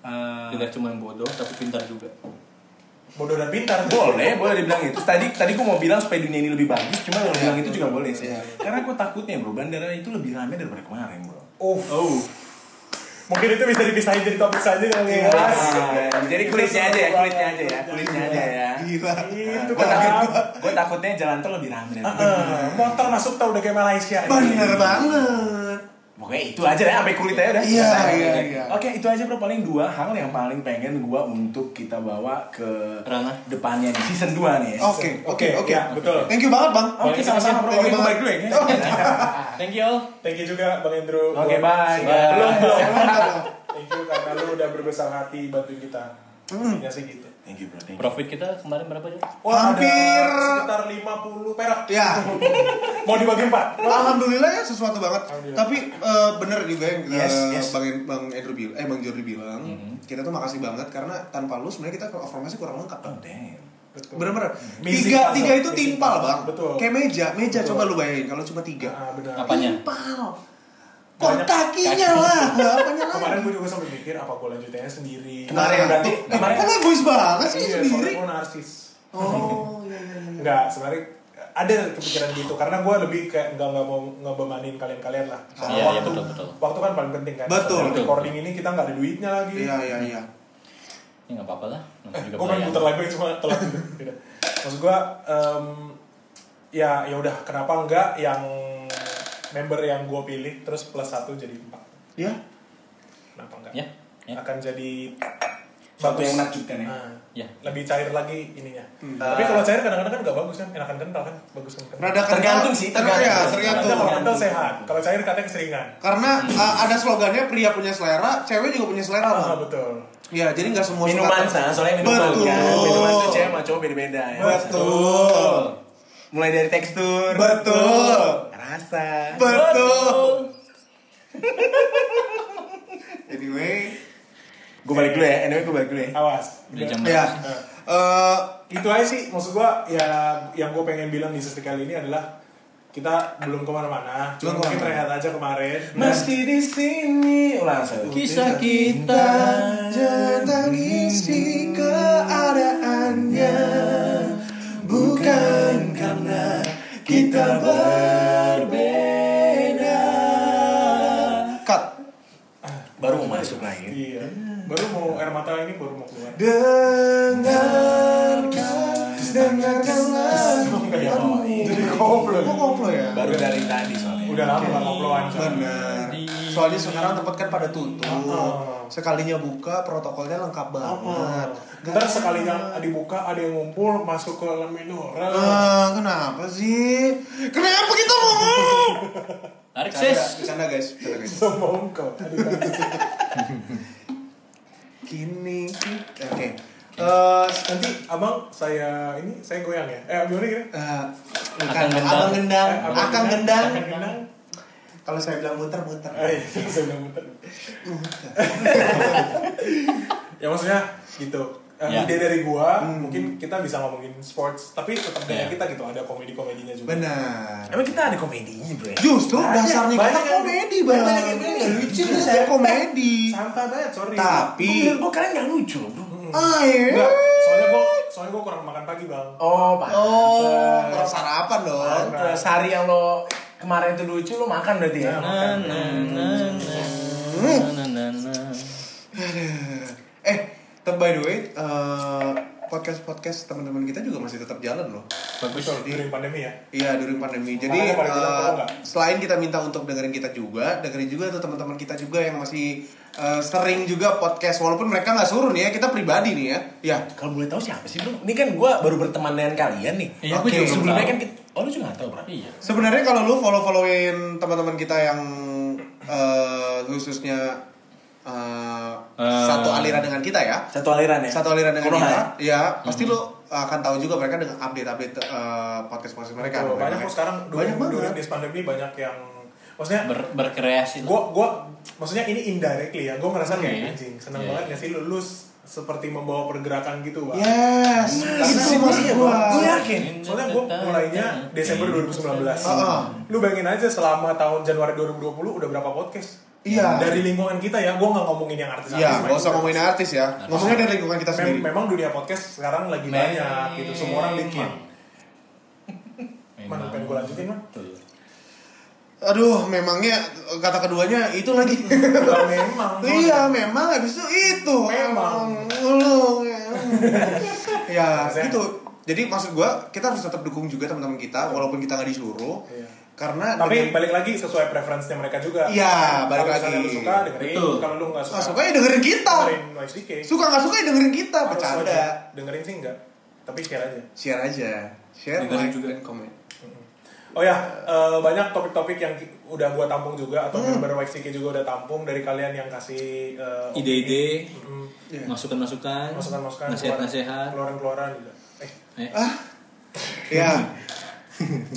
Speaker 5: eh,
Speaker 3: Tidak cuma bodoh tapi pintar juga.
Speaker 2: Bodoh dan pintar.
Speaker 5: boleh boleh dibilang itu. Tadi tadi gue mau bilang supaya dunia ini lebih bagus, cuma lo bilang itu juga boleh sih.
Speaker 4: Iya.
Speaker 5: Karena gue takutnya bro bandara itu lebih ramai daripada kemarin bro.
Speaker 2: Oh. Mungkin itu bisa dipisahin jadi topik saja kali ya.
Speaker 5: Nah, jadi kulitnya aja ya, kulitnya aja ya, kulitnya aja ya.
Speaker 4: Gila.
Speaker 2: Itu
Speaker 5: Gue takut, Uh-uh.
Speaker 2: kan.
Speaker 5: gue takutnya jalan tol lebih ramai daripada
Speaker 2: Eh, Motor masuk tau udah kayak Malaysia.
Speaker 4: Bener banget.
Speaker 5: Pokoknya itu aja deh, sampai kulit aja udah.
Speaker 4: Iya,
Speaker 5: Nah,
Speaker 4: iya,
Speaker 5: oke.
Speaker 4: iya.
Speaker 5: Oke, itu aja bro, paling dua hal yang paling pengen gua untuk kita bawa ke
Speaker 3: Ranah.
Speaker 5: depannya di season 2 nih. ya.
Speaker 4: Oke, oke, oke.
Speaker 2: ya, betul.
Speaker 4: Thank you banget, Bang.
Speaker 5: Oke, sama-sama bro,
Speaker 4: Thank you
Speaker 5: paling baik
Speaker 4: banget.
Speaker 5: dulu ya.
Speaker 3: Thank you all.
Speaker 2: Thank you juga Bang Andrew.
Speaker 5: Oke, bye.
Speaker 2: Belum, belum.
Speaker 4: Mantap,
Speaker 2: Thank you karena lu udah berbesar hati bantuin kita. Intinya sih gitu.
Speaker 5: Thank you bro, thank you.
Speaker 3: Profit kita kemarin berapa aja?
Speaker 2: Wah,
Speaker 4: Hampir-
Speaker 2: ada sekitar 50 perak.
Speaker 4: Bang. Ya,
Speaker 2: Mau dibagi empat?
Speaker 4: Alhamdulillah ya sesuatu banget.
Speaker 2: Alhamdulillah.
Speaker 4: Tapi eh, bener juga yang kita
Speaker 5: Yes, yes.
Speaker 4: bang bang Andrew bilang, eh bang Jordi bilang, kita tuh makasih banget karena tanpa lu sebenarnya kita informasi kurang lengkap. Bang.
Speaker 5: Oh, damn.
Speaker 2: Betul.
Speaker 4: Bener-bener.
Speaker 2: Missing
Speaker 4: Tiga,
Speaker 2: puzzle.
Speaker 4: tiga itu
Speaker 2: Missing
Speaker 4: timpal
Speaker 2: puzzle.
Speaker 4: bang.
Speaker 2: Betul.
Speaker 4: Kayak meja, meja
Speaker 2: Betul.
Speaker 4: coba lu bayangin kalau cuma tiga.
Speaker 2: Ah, benar.
Speaker 3: Apanya?
Speaker 4: Timpal.
Speaker 2: Banyak-
Speaker 4: Kok kakinya lah, apanya
Speaker 2: Kemarin
Speaker 4: lagi?
Speaker 2: gue juga sempat mikir apa gue lanjutinnya sendiri.
Speaker 5: Kemarin
Speaker 4: tuh,
Speaker 5: berarti-
Speaker 4: eh,
Speaker 5: kemarin.
Speaker 4: Kok egois banget sih
Speaker 2: Iya,
Speaker 4: sendiri?
Speaker 2: soalnya gue narsis.
Speaker 4: Oh, iya iya iya.
Speaker 2: Enggak, sebenarnya ada kepikiran gitu karena gue lebih kayak nggak nggak mau ngebemanin kalian-kalian lah. Karena
Speaker 3: Iya, iya,
Speaker 2: waktu-
Speaker 3: betul, betul.
Speaker 2: Waktu kan paling penting kan.
Speaker 4: Betul.
Speaker 2: Dalam
Speaker 3: Betul.
Speaker 2: Recording ini kita nggak ada duitnya lagi.
Speaker 4: Iya iya iya.
Speaker 3: Ya nggak apa-apa lah. Nanti juga
Speaker 2: gue pengen
Speaker 3: bayar.
Speaker 2: putar lagu yang cuma telat gitu. Tidak. maksud gue em, ya ya udah kenapa enggak yang member yang gue pilih terus plus satu jadi empat
Speaker 4: Ya,
Speaker 2: kenapa enggak
Speaker 3: Ya, ya.
Speaker 2: akan jadi
Speaker 5: Satu
Speaker 2: bagus.
Speaker 5: yang menakjubkan ya.
Speaker 2: Ah,
Speaker 3: Ya.
Speaker 2: lebih cair lagi ininya tapi kalau cair kadang-kadang kan nggak bagus kan enakan kental kan bagus kan kental
Speaker 4: Hmm. rada kental.
Speaker 5: Tergantung sih,
Speaker 4: Ter- ya,
Speaker 5: tergantung.
Speaker 2: Karena
Speaker 4: tergantung.
Speaker 2: kalau kental sehat kalau cair katanya keseringan
Speaker 4: Karena uh, ada slogannya pria punya selera, cewek juga punya selera
Speaker 2: ah,
Speaker 4: bang.
Speaker 2: betul
Speaker 4: Ya jadi nggak semua
Speaker 5: Minuman
Speaker 4: suka.
Speaker 5: sana, soalnya minuman
Speaker 4: Betul.
Speaker 5: kan. Minuman tuh cewek sama cowok beda-beda ya.
Speaker 4: Betul.
Speaker 5: Mulai dari tekstur.
Speaker 4: Betul.
Speaker 5: Rasa.
Speaker 4: Betul. Anyway,
Speaker 5: Gue balik dulu ya, anyway gue balik dulu ya.
Speaker 2: awas
Speaker 3: Udah jam
Speaker 4: ya.
Speaker 3: berapa?
Speaker 4: Eh,
Speaker 2: itu aja sih maksud gua ya yang gue pengen bilang di sesi kali ini adalah kita belum kemana-mana cuma
Speaker 4: Belum
Speaker 2: mungkin rehat
Speaker 4: kemana-mana. Nah,
Speaker 2: aja kemarin
Speaker 5: Masih di sini. Ulang satu.
Speaker 3: Kisah kita.
Speaker 4: jangan isi keadaannya bukan karena kita berbeda. Cut.
Speaker 5: Baru mau masuk lagi.
Speaker 2: iya baru mau air mata ini baru mau keluar
Speaker 4: Dengarkan, dengarkanlah.
Speaker 2: Enggak ya,
Speaker 4: Aduh,
Speaker 2: jadi koplo
Speaker 4: Kok koplo ya?
Speaker 5: baru dari tadi soalnya.
Speaker 2: Udah lama nggak ngobrolan soalnya.
Speaker 4: Bener.
Speaker 3: Di-
Speaker 4: Soalnya sekarang tempat kan pada tutup.
Speaker 2: Heeh.
Speaker 4: Sekalinya buka protokolnya lengkap banget. Gak-
Speaker 2: Ntar sekalinya dibuka ada yang ngumpul masuk ke dalam minora.
Speaker 4: Eh, kenapa sih? Kenapa kita mau?
Speaker 3: Tarik
Speaker 4: Bercanda,
Speaker 3: sis.
Speaker 4: bercanda guys, bercanda guys.
Speaker 2: Semua engkau.
Speaker 4: Kini, oke.
Speaker 2: Eh, nanti abang saya ini saya goyang ya. Eh gimana gini?
Speaker 4: Eh, bukan
Speaker 3: Akang gendang.
Speaker 4: abang gendang,
Speaker 2: Eh, abang
Speaker 4: akang
Speaker 2: gendang.
Speaker 4: gendang.
Speaker 2: Akang gendang.
Speaker 4: Kalau saya bilang muter, muter.
Speaker 2: Eh, saya bilang muter.
Speaker 4: Oh,
Speaker 2: ya maksudnya gitu. Eh,
Speaker 3: Ya.
Speaker 2: Ide dari gua
Speaker 4: Hmm.
Speaker 2: mungkin kita bisa ngomongin sports tapi tetap gaya
Speaker 3: Ya.
Speaker 2: kita gitu ada komedi-komedinya juga.
Speaker 4: Benar.
Speaker 5: Emang kita ada komedinya, bro.
Speaker 4: Justru
Speaker 2: Banyak,
Speaker 4: dasarnya kita
Speaker 2: banyak yang-
Speaker 4: komedi, bang.
Speaker 5: banyak yang bilang yang lucu.
Speaker 4: Ini saya komedi.
Speaker 2: Santai banget, sorry.
Speaker 4: Tapi,
Speaker 5: Menurut gua kalian nggak lucu, bro.
Speaker 4: ah ya.
Speaker 2: Enggak, soalnya gua soalnya gua kurang makan pagi, Bang.
Speaker 4: Oh,
Speaker 5: Oh, pantes.
Speaker 4: kurang sarapan dong.
Speaker 5: Pantes. Hari yang lo kemarin itu lucu, lo makan berarti ya?
Speaker 3: Na, na, na, na, na, na, na, na.
Speaker 4: Eh, tapi by the way, eh, podcast-podcast teman-teman kita juga masih tetap jalan loh.
Speaker 2: Bagus loh, during pandemi ya.
Speaker 4: Iya during pandemi. Jadi
Speaker 2: Makanya pada bilang,
Speaker 4: eh,
Speaker 2: "Tolong nggak?"
Speaker 4: selain kita minta untuk dengerin kita juga, dengerin juga tuh teman-teman kita juga yang masih eh, sering juga podcast walaupun mereka nggak suruh nih ya, kita pribadi nih ya. Ya.
Speaker 5: Kalau boleh tahu siapa sih, bro? Ini kan gua baru berteman dengan kalian nih.
Speaker 3: Iya,
Speaker 4: gua juga belum
Speaker 5: sebelumnya
Speaker 3: tahu.
Speaker 5: kan kita, oh lu juga nggak tahu, bro?
Speaker 3: Iya.
Speaker 4: Sebenarnya kalau lu follow-followin teman-teman kita yang eh, khususnya eh,
Speaker 3: Eh.
Speaker 4: satu aliran dengan kita ya.
Speaker 5: Satu aliran ya?
Speaker 4: Satu aliran dengan
Speaker 5: Corona
Speaker 4: kita. Ya,
Speaker 5: ya?
Speaker 4: pasti lu akan tahu juga mereka dengan update-update eh, podcast-podcast mereka.
Speaker 2: Tuh, banyak kok
Speaker 4: Mereka-
Speaker 2: sekarang during,
Speaker 4: banyak
Speaker 2: during
Speaker 4: banget.
Speaker 2: this pandemi banyak yang maksudnya
Speaker 3: kan Ber,
Speaker 2: gue
Speaker 3: berkreasi lah.
Speaker 2: gue maksudnya ini indirectly ya gue ngerasa
Speaker 3: Oke.
Speaker 2: kayak anjing senang
Speaker 3: Iya.
Speaker 2: banget nggak sih lu, lu s- seperti membawa pergerakan gitu bang
Speaker 4: Iya, Yes,
Speaker 2: Hmm,
Speaker 4: itu maksud
Speaker 2: ya,
Speaker 4: gua.
Speaker 5: Gue yakin.
Speaker 2: soalnya gue
Speaker 3: Iya.
Speaker 2: mulainya Desember 2019
Speaker 4: Iya. Heeh.
Speaker 2: lu bayangin aja selama tahun Januari 2020 udah berapa podcast
Speaker 4: Iya.
Speaker 2: dari lingkungan kita ya gue nggak ngomongin yang artis
Speaker 4: Ya, gak usah ngomongin artis ya. Ngomongin dari lingkungan kita sendiri.
Speaker 2: memang dunia podcast sekarang lagi
Speaker 3: Memang.
Speaker 2: banyak gitu semua orang bikin
Speaker 3: Memang.
Speaker 2: mana pengen gue lanjutin mah
Speaker 3: Betul.
Speaker 4: Aduh, memangnya kata keduanya itu lagi.
Speaker 2: Bukan memang
Speaker 4: iya, memang habis itu itu.
Speaker 2: Memang.
Speaker 4: Lu. ya,
Speaker 2: Maksudnya?
Speaker 4: itu. Jadi maksud gua kita harus tetap dukung juga teman-teman kita walaupun kita nggak disuruh.
Speaker 2: Iya.
Speaker 4: Karena
Speaker 2: tapi
Speaker 4: dengan-
Speaker 2: balik lagi sesuai preferensinya mereka juga
Speaker 4: Iya, balik
Speaker 2: Kalau misalnya
Speaker 4: lagi.
Speaker 2: lu suka dengerin
Speaker 3: Betul.
Speaker 2: kalau lu nggak
Speaker 4: Ah,
Speaker 2: suka
Speaker 4: suka ya dengerin kita.
Speaker 2: dengerin noise DK
Speaker 4: Suka nggak suka ya dengerin kita,
Speaker 2: Harus aja.
Speaker 4: bercanda.
Speaker 2: dengerin sih enggak tapi share aja
Speaker 4: Share aja. Iya. Share,
Speaker 3: Dengerin
Speaker 4: like,
Speaker 3: juga.
Speaker 4: dan komen.
Speaker 2: oh ya eh, banyak topik-topik yang ki- udah gua tampung juga atau
Speaker 4: Hmm.
Speaker 2: member YXDK juga udah tampung dari kalian yang kasih eh,
Speaker 3: Ide-ide,
Speaker 2: Mm,
Speaker 4: Iya.
Speaker 3: masukan-masukan,
Speaker 2: masukan-masukan
Speaker 3: nasihat-nasihat.
Speaker 2: keluaran-keluaran juga eh,
Speaker 4: Iya.
Speaker 3: Eh,
Speaker 4: Ya.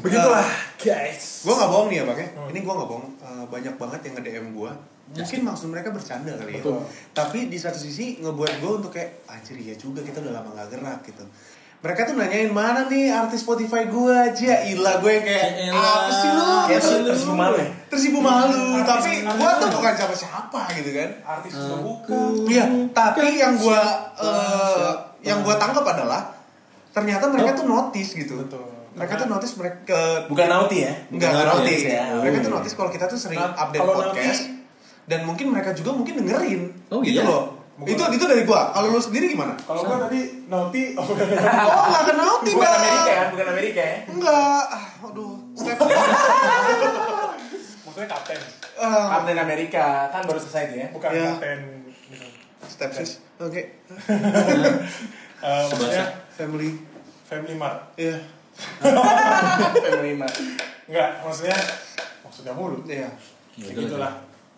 Speaker 2: begitulah guys
Speaker 4: gue nggak bohong nih ya bang ya
Speaker 2: Hmm.
Speaker 4: ini gue nggak bohong Eh, banyak banget yang nge DM gue mungkin maksud mereka bercanda kali ya
Speaker 2: Iya Betul.
Speaker 4: tapi di satu sisi ngebuat gue untuk kayak anjir ya juga kita udah lama nggak gerak gitu mereka tuh nanyain mana nih artis Spotify gue aja ilah gue yang kayak
Speaker 3: Ya elah,
Speaker 4: apa sih lu
Speaker 5: Kayak
Speaker 4: Apa sih
Speaker 5: terus- terus gimana ya?
Speaker 4: tersipu malu
Speaker 2: Hmm, Artis-
Speaker 4: tapi
Speaker 2: artis
Speaker 4: gue tuh
Speaker 2: mana? Hmm,
Speaker 4: bukan siapa siapa gitu kan
Speaker 2: artis juga bukan
Speaker 4: iya tapi yang gue yang gue tangkap adalah ternyata
Speaker 2: Oh.
Speaker 4: mereka tuh notice gitu
Speaker 2: Betul.
Speaker 4: mereka tuh notice eh, mereka
Speaker 5: Bukan nauti ya?
Speaker 4: Enggak, enggak
Speaker 3: Bukan
Speaker 4: notice.
Speaker 5: notice ya.
Speaker 4: Mereka tuh notice kalau kita tuh sering
Speaker 2: Nah,
Speaker 4: update
Speaker 2: kalau
Speaker 4: podcast
Speaker 2: notice-
Speaker 4: dan mungkin mereka juga mungkin dengerin.
Speaker 3: Oh,
Speaker 4: gitu
Speaker 3: iya?
Speaker 4: loh.
Speaker 2: Mungkin.
Speaker 4: Itu itu dari gua. Kalau lu sendiri gimana?
Speaker 2: kalau gua tadi naughty oh,
Speaker 4: Oh, enggak kena notice,
Speaker 5: Bukan
Speaker 4: Bang.
Speaker 5: Amerika ya? Bukan Amerika ya?
Speaker 4: Enggak. Ah, Aduh, step.
Speaker 2: maksudnya kapten
Speaker 4: Ah,
Speaker 5: Kapten Amerika, kan baru selesai itu ya?
Speaker 2: bukan
Speaker 4: Iya.
Speaker 2: kapten gitu.
Speaker 4: step sis. Oke.
Speaker 2: Eh, maksudnya
Speaker 4: Family.
Speaker 2: family mart
Speaker 4: Iya.
Speaker 5: Penerima.
Speaker 2: enggak maksudnya maksudnya mulu
Speaker 4: Iya.
Speaker 2: Ya
Speaker 3: ya udah
Speaker 2: gitu
Speaker 3: lah.
Speaker 2: lah.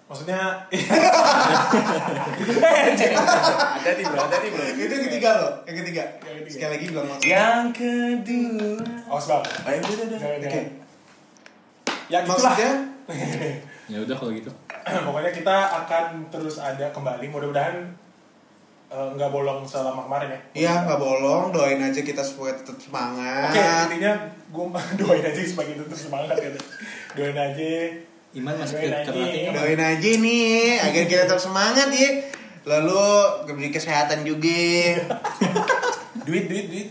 Speaker 2: Maksudnya
Speaker 5: Hati-hati bro, hati-hati bro.
Speaker 4: Itu yang ketiga loh, yang ketiga.
Speaker 2: Yang ketiga.
Speaker 4: Sekali lagi bilang maksud.
Speaker 5: Yang kedua.
Speaker 2: awas bang.
Speaker 5: Oh, ya, udah, udah.
Speaker 2: Jangan,
Speaker 4: Oke.
Speaker 2: jangan. Ya gitu lah.
Speaker 4: Maksudnya
Speaker 3: Ya udah kalau gitu.
Speaker 2: Pokoknya kita akan terus ada kembali. Mudah-mudahan eh, nggak bolong selama kemarin ya.
Speaker 4: Iya, nggak bolong, doain aja kita supaya tetap semangat.
Speaker 2: Oke, intinya gue doain aja sebagai tetap semangat gitu. Doain aja.
Speaker 3: Iman masih
Speaker 2: Doain
Speaker 3: ke
Speaker 2: aja.
Speaker 3: terlatih.
Speaker 4: Doain aja nih agar kita tetap semangat ya. Lalu diberi kesehatan juga.
Speaker 5: Duit, duit, duit.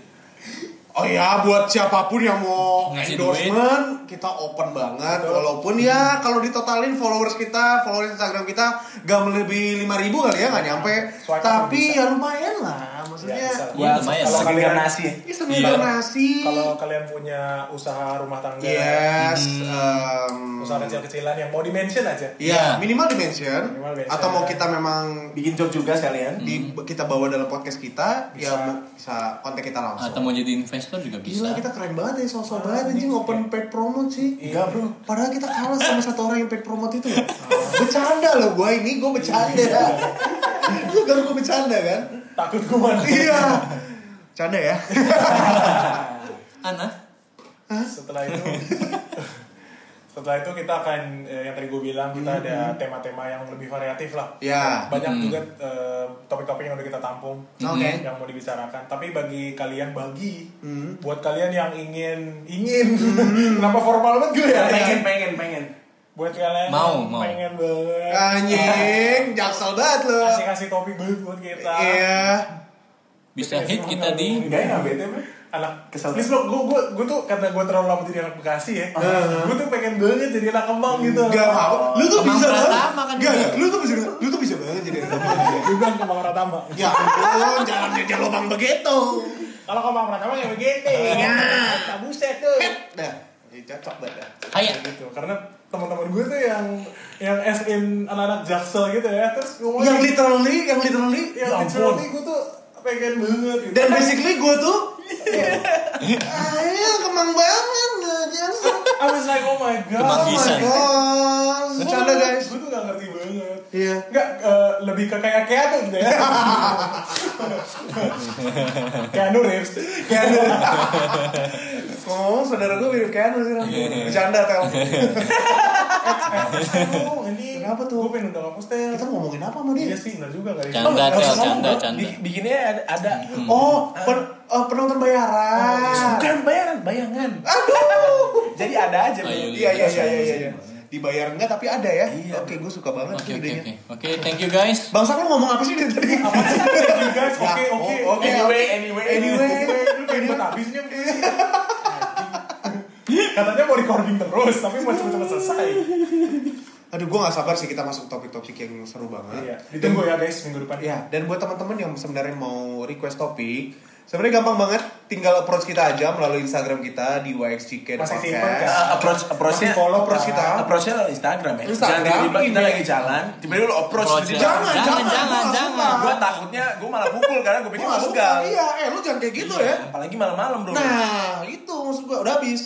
Speaker 4: Oh ya, buat siapapun yang mau
Speaker 3: Ngasih
Speaker 4: endorsement, kita open banget. Walaupun ya kalau ditotalin followers kita, followers Instagram kita gak melebihi 5000 kali ya, gak nyampe.
Speaker 2: Swipe up
Speaker 4: Tapi
Speaker 2: bisa.
Speaker 4: ya lumayan lah, maksudnya.
Speaker 2: Ya, bisa lah.
Speaker 3: Iya, lumayan.
Speaker 2: Kalau
Speaker 5: segenggam
Speaker 2: kalian-
Speaker 5: nasi.
Speaker 4: Ini sambil
Speaker 3: Iya.
Speaker 4: donasi.
Speaker 2: kalau kalian punya usaha rumah tangga
Speaker 4: Yes.
Speaker 2: Hmm.
Speaker 4: em,
Speaker 2: usaha kecil-kecilan yang mau di mention aja
Speaker 4: Iya,
Speaker 3: Iya.
Speaker 4: minimal dimension.
Speaker 2: Minimal dimension.
Speaker 4: Atau mau kita memang
Speaker 5: Bikin job juga sekalian.
Speaker 4: di,
Speaker 3: Hmm.
Speaker 4: kita bawa dalam podcast kita, ya
Speaker 2: Bisa.
Speaker 4: bu- bisa kontak kita langsung.
Speaker 3: Atau mau jadi investor juga bisa. Ah, iya.
Speaker 4: Gila kita keren banget ya, sosok banget anjing open paid promote sih
Speaker 2: Iya,
Speaker 4: bro Padahal kita kalah sama satu orang yang paid promote itu
Speaker 3: Ah.
Speaker 4: loh Bercanda loh gue ini, gue
Speaker 3: Iya.
Speaker 4: bercanda Lu kan gue bercanda kan?
Speaker 2: takut gue mati
Speaker 4: Iya Bercanda ya?
Speaker 3: Ana?
Speaker 2: setelah itu setelah itu kita akan eh, yang tadi gue bilang kita ada tema-tema yang lebih variatif lah
Speaker 4: Mm-hmm. Ya.
Speaker 2: banyak
Speaker 3: Hmm.
Speaker 2: juga eh, topik-topik yang udah kita tampung
Speaker 4: Oke.
Speaker 2: yang mau dibicarakan tapi bagi kalian bagi
Speaker 4: Hmm.
Speaker 2: buat kalian yang ingin ingin
Speaker 4: Mm-hmm.
Speaker 2: kenapa formal banget gue ya
Speaker 4: Iya.
Speaker 5: Pengen, pengen, pengen.
Speaker 2: buat kalian
Speaker 3: Mau,
Speaker 2: yang
Speaker 3: mau.
Speaker 2: pengen banget
Speaker 4: Anjing, jaksel banget lo
Speaker 2: kasih kasih topik banget buat kita
Speaker 4: Iya
Speaker 3: Bisa hit kita di
Speaker 5: Enggak ya, bete bro.
Speaker 2: anak
Speaker 5: Kesel.
Speaker 2: Please bro, gue gue gue tuh karena gue terlalu lama jadi anak Bekasi ya. Gue tuh pengen banget jadi anak Kemang gitu.
Speaker 4: Gak mau, lu tuh
Speaker 3: Emang
Speaker 4: bisa banget
Speaker 3: pertama kan
Speaker 4: Gak,
Speaker 3: dia.
Speaker 4: gak, lu tuh bisa Lu tuh bisa banget jadi
Speaker 2: Juga Kemang Ratama.
Speaker 4: Ya ampun, jangan jadi lubang begitu
Speaker 2: Kalau Kemang Ratama kayak begini.
Speaker 4: Iya.
Speaker 2: Tak buset tuh.
Speaker 4: Nah, ya cocok banget dah.
Speaker 3: kayak
Speaker 2: Gitu. Karena teman-teman gue tuh yang yang as in anak-anak jaksel gitu ya. Terus gue
Speaker 4: Yang literally, yang literally
Speaker 2: yang
Speaker 4: ya ampun.
Speaker 2: literally gue tuh pengen banget gitu.
Speaker 4: Dan basically gue tuh Ayo kemang banget Jangan
Speaker 2: I was like oh my god.
Speaker 3: Kemang
Speaker 4: Oh my
Speaker 3: Bisa.
Speaker 4: god Bercanda guys
Speaker 2: Oh. Gue tuh gak ngerti banget.
Speaker 4: Iya
Speaker 2: Enggak, eh, lebih ke kayak Keanu gitu ya. Keanu Reeves. Oh,
Speaker 4: Keanu Ngomong saudara gue mirip Keanu sih Ram. Bercanda Tel
Speaker 2: Aduh, Eh, ini
Speaker 4: Kenapa tuh?
Speaker 2: Gue pengen undang kampus tel.
Speaker 4: Kita ngomongin apa sama
Speaker 2: Iya
Speaker 4: dia?
Speaker 2: sih, benar juga kali.
Speaker 3: Canda,
Speaker 5: nggak
Speaker 3: Tel,
Speaker 5: usah ngomong,
Speaker 3: Ya, canda,
Speaker 5: bro.
Speaker 3: canda. Hmm.
Speaker 5: Bi- Bikinnya ada, ada.
Speaker 4: Oh, pen- eh, penonton
Speaker 3: Oh,
Speaker 4: bayaran
Speaker 5: Bukan bayaran, bayangan.
Speaker 4: Aduh
Speaker 5: Jadi ada aja. bro.
Speaker 3: Ayo,
Speaker 4: Iya iya iya iya iya Dibayar enggak tapi ada ya
Speaker 5: Iya.
Speaker 4: Oke gue suka banget
Speaker 3: Oke oke
Speaker 4: tuh idenya.
Speaker 3: oke. Oke, thank you guys.
Speaker 4: Bang Sak, lu ngomong apa sih dari tadi?
Speaker 2: Thank you guys.
Speaker 4: Ya,
Speaker 2: Oke,
Speaker 4: oh,
Speaker 2: oke.
Speaker 4: oke.
Speaker 5: Anyway, anyway,
Speaker 4: Anyway,
Speaker 2: Lu pengen buat habisnya Bri. Katanya mau recording terus, tapi mau cepet-cepet selesai.
Speaker 4: Aduh, gue gak sabar sih kita masuk topik-topik yang seru banget.
Speaker 2: Iya, ditunggu ya guys minggu depan.
Speaker 4: Ya, dan buat teman-teman yang sebenarnya mau request topik, sebenarnya gampang banget, tinggal approach kita aja melalui Instagram kita di YXCK
Speaker 2: Masih
Speaker 4: Podcast.
Speaker 2: simpen, kan?
Speaker 5: Uh, approach approachnya
Speaker 4: Masih
Speaker 5: Nah,
Speaker 4: follow approach kita.
Speaker 5: approachnya Instagram ya
Speaker 4: Instagram,
Speaker 5: jangan tiba-tiba kita
Speaker 4: ini.
Speaker 5: lagi jalan tiba-tiba lu approach
Speaker 3: Approach,
Speaker 5: tiba-tiba-
Speaker 4: Jangan,
Speaker 3: Jangan, jangan,
Speaker 4: jangan, gua gak
Speaker 3: jangan.
Speaker 4: suka.
Speaker 5: gue takutnya gue malah pukul karena gue
Speaker 4: Gua
Speaker 5: pikir
Speaker 4: gak suka,
Speaker 5: pegal
Speaker 4: Iya, eh lu jangan kayak gitu ya.
Speaker 5: apalagi malam-malam bro
Speaker 4: Nah, itu maksud gue udah habis.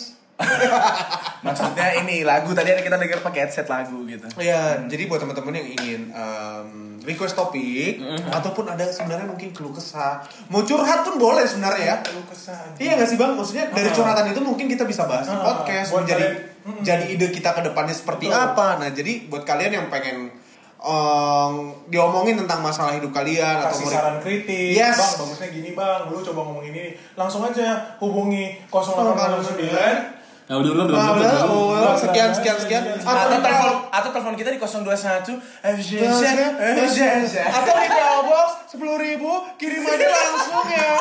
Speaker 5: maksudnya ini lagu tadi ada kita denger pakai headset lagu gitu
Speaker 4: Ya, jadi buat teman-teman yang ingin em, request topik ataupun ada sebenarnya mungkin keluh kesah, mau curhat pun boleh sebenarnya ya.
Speaker 2: Lu kesan.
Speaker 4: Iya gak sih bang? Maksudnya dari curhatan itu mungkin kita bisa bahas di
Speaker 2: Ah,
Speaker 4: podcast
Speaker 2: buat
Speaker 4: menjadi
Speaker 2: kalian- Mm-mm.
Speaker 4: jadi ide kita ke depannya seperti
Speaker 2: Betul.
Speaker 4: apa. Nah jadi buat kalian yang pengen em, diomongin tentang masalah hidup kalian atau
Speaker 2: kasih
Speaker 4: mau-
Speaker 2: saran kritik
Speaker 4: Yes.
Speaker 2: bang bagusnya gini bang lu coba ngomong ini langsung aja hubungi 0809
Speaker 3: Nah, udah udah udah.
Speaker 4: Bla, bla,
Speaker 3: udah, udah.
Speaker 4: oh,
Speaker 2: bla, bla,
Speaker 4: sekian
Speaker 2: bla,
Speaker 4: sekian
Speaker 2: bla,
Speaker 4: sekian
Speaker 2: bla, bla.
Speaker 4: atau
Speaker 5: atau telepon
Speaker 4: email-
Speaker 5: atau telepon kita di 021 FJ
Speaker 4: atau di PO Box sepuluh ribu kirim aja langsung ya.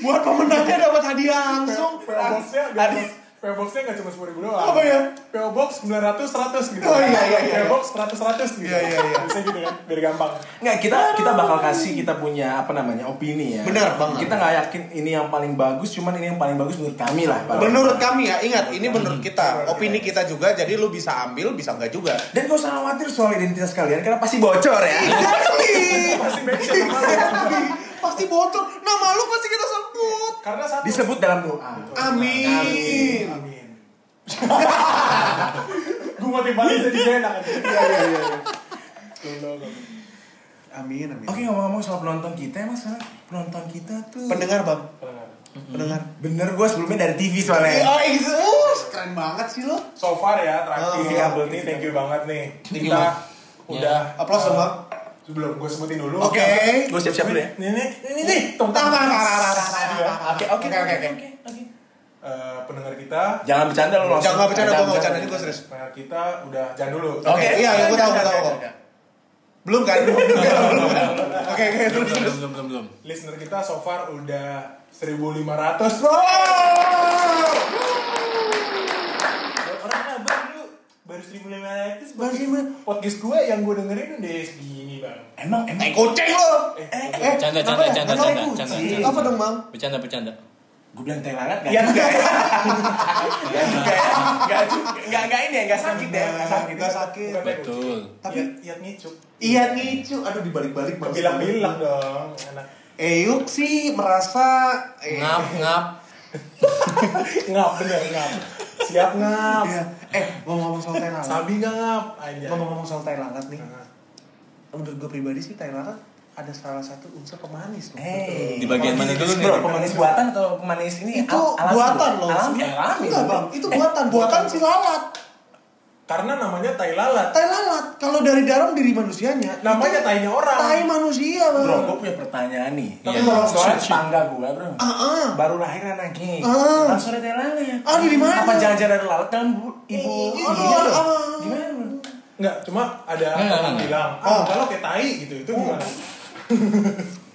Speaker 4: Buat pemenangnya dapat hadiah langsung.
Speaker 2: PO boxnya nggak cuma- PO boxnya nggak cuma sepuluh ribu doang
Speaker 4: Apa ya?
Speaker 2: PO box 900 100 gitu
Speaker 4: Oh, iya, iya, iya.
Speaker 2: PO box 100 100 gitu
Speaker 4: Iya, iya, iya.
Speaker 2: bisa gitu kan biar gampang
Speaker 5: Nggak, kita kita bakal kasih kita punya apa namanya opini ya.
Speaker 4: Benar banget.
Speaker 5: Kita nggak yakin ini yang paling bagus, cuman ini yang paling bagus menurut kami lah. Pak.
Speaker 4: Menurut kami ya ingat ini menurut kita opini kita juga jadi lu bisa ambil bisa enggak juga.
Speaker 5: Dan gak usah khawatir soal identitas kalian karena pasti bocor ya.
Speaker 4: Exactly.
Speaker 2: pasti mention sama lu.
Speaker 4: Exactly. pasti bocor. Nama lu pasti kita sebut.
Speaker 2: karena satu
Speaker 5: Disebut dalam doa.
Speaker 4: Amin.
Speaker 2: amin gue mau timbali jadi gak enak iya iya iya
Speaker 4: Amin, amin.
Speaker 5: Oke ngomong-ngomong soal penonton kita emang sekarang penonton kita tuh
Speaker 4: Pendengar, Bang. Pendengar.
Speaker 5: bener gue sebelumnya dari TV soalnya.
Speaker 4: Oh, itu uh, keren banget sih lo.
Speaker 2: so far ya terakhir
Speaker 4: Oh,
Speaker 2: Kabel nih thank you banget nih
Speaker 4: Thank you,
Speaker 2: kita
Speaker 4: Bang.
Speaker 2: udah Eh,
Speaker 4: Applause dong, Bang.
Speaker 2: sebelum gue sebutin dulu
Speaker 4: Oke.
Speaker 5: Gue siap-siap dulu ya.
Speaker 2: Nih nih ini nih tepuk
Speaker 4: Tangan.
Speaker 2: tangan.
Speaker 4: Oke, oke, oke, oke.
Speaker 2: Eh, pendengar kita,
Speaker 5: Jangan bercanda lu langsung.
Speaker 4: Jangan nggak bercanda, gua nggak bercanda, ini
Speaker 5: Jangan
Speaker 4: gua serius.
Speaker 2: pendengar kita udah jangan dulu.
Speaker 4: Oke, iya, iya, gua tahu, gua tahu.
Speaker 5: Jangan.
Speaker 4: Belum kan? Belum kan? Belum kan? Oke, oke, terus terus.
Speaker 6: belum belum belum
Speaker 2: Listener kita so far udah 1500 bro. Orang kabar lu baru 1500 baru podcast gue yang gue dengerin udah segini bang.
Speaker 5: Emang emang
Speaker 4: Eh, goceng lo.
Speaker 2: Eh,
Speaker 4: Eh,
Speaker 3: Canda,
Speaker 4: apa
Speaker 3: canda,
Speaker 4: ya?
Speaker 3: canda,
Speaker 4: Apa
Speaker 3: canda,
Speaker 4: itu?
Speaker 3: canda,
Speaker 4: Cih,
Speaker 3: canda.
Speaker 4: Apa dong, Bang?
Speaker 3: Bercanda, bercanda.
Speaker 5: gue bilang tai lalat gak
Speaker 2: Ya enggak ya.
Speaker 5: Gak juga ya Gak juga Gak gak ini ya Gak sakit ya Gak sakit
Speaker 4: Nggak sakit.
Speaker 2: iya. Bukan
Speaker 3: Betul.
Speaker 2: Tapi ya, ya ngicuk.
Speaker 4: Iya nih, cu. Aduh dibalik-balik Bang.
Speaker 2: Bilang-bilang dong. Enak.
Speaker 4: Eyuk sih merasa eh,
Speaker 3: Ngap, ngap.
Speaker 2: Ngap bener ngap. Siap ngap.
Speaker 4: Iya. Eh, ngomong-ngomong soal tai lalat.
Speaker 2: Sabi nggak ngap. Aja.
Speaker 4: Ngomong-ngomong soal tai lalat nih. Menurut gue pribadi sih tai lalat ada salah satu unsur pemanis loh.
Speaker 5: Hey.
Speaker 3: Di bagian mana dulu nih?
Speaker 5: Eh. Bro, pemanis buatan atau pemanis ini
Speaker 4: Itu
Speaker 5: al- alami,
Speaker 4: buatan
Speaker 5: bro?
Speaker 4: loh.
Speaker 5: Alami, ya, alami. Eh,
Speaker 4: Enggak,
Speaker 5: bro.
Speaker 4: Bang. Itu buatan. buatan si lalat.
Speaker 2: Karena namanya tai lalat.
Speaker 4: Tai lalat kalau dari dalam diri manusianya
Speaker 2: Namanya tainya orang.
Speaker 4: tai manusia, Bang.
Speaker 5: Eh, Bro, gue punya pertanyaan nih.
Speaker 2: Tapi
Speaker 3: Iya.
Speaker 2: kalau
Speaker 5: Soalnya
Speaker 2: soal
Speaker 5: tetangga gue, bro.
Speaker 4: Ah, ah.
Speaker 5: Baru lahir anaknya.
Speaker 4: Ah.
Speaker 5: Langsung ada tai lalat. ya?
Speaker 4: Aduh, di mana?
Speaker 5: Apa jangan-jangan ada lalat dalam bu- ibu?
Speaker 4: Ibu,
Speaker 5: Iya,
Speaker 4: aduh,
Speaker 5: bro.
Speaker 4: ah.
Speaker 5: Gimana, bro?
Speaker 2: Enggak, cuma ada
Speaker 3: Nggak, nggak,
Speaker 2: orang
Speaker 3: nggak.
Speaker 2: bilang,
Speaker 4: Oh.
Speaker 2: ah, kalau kayak tai gitu, itu gimana?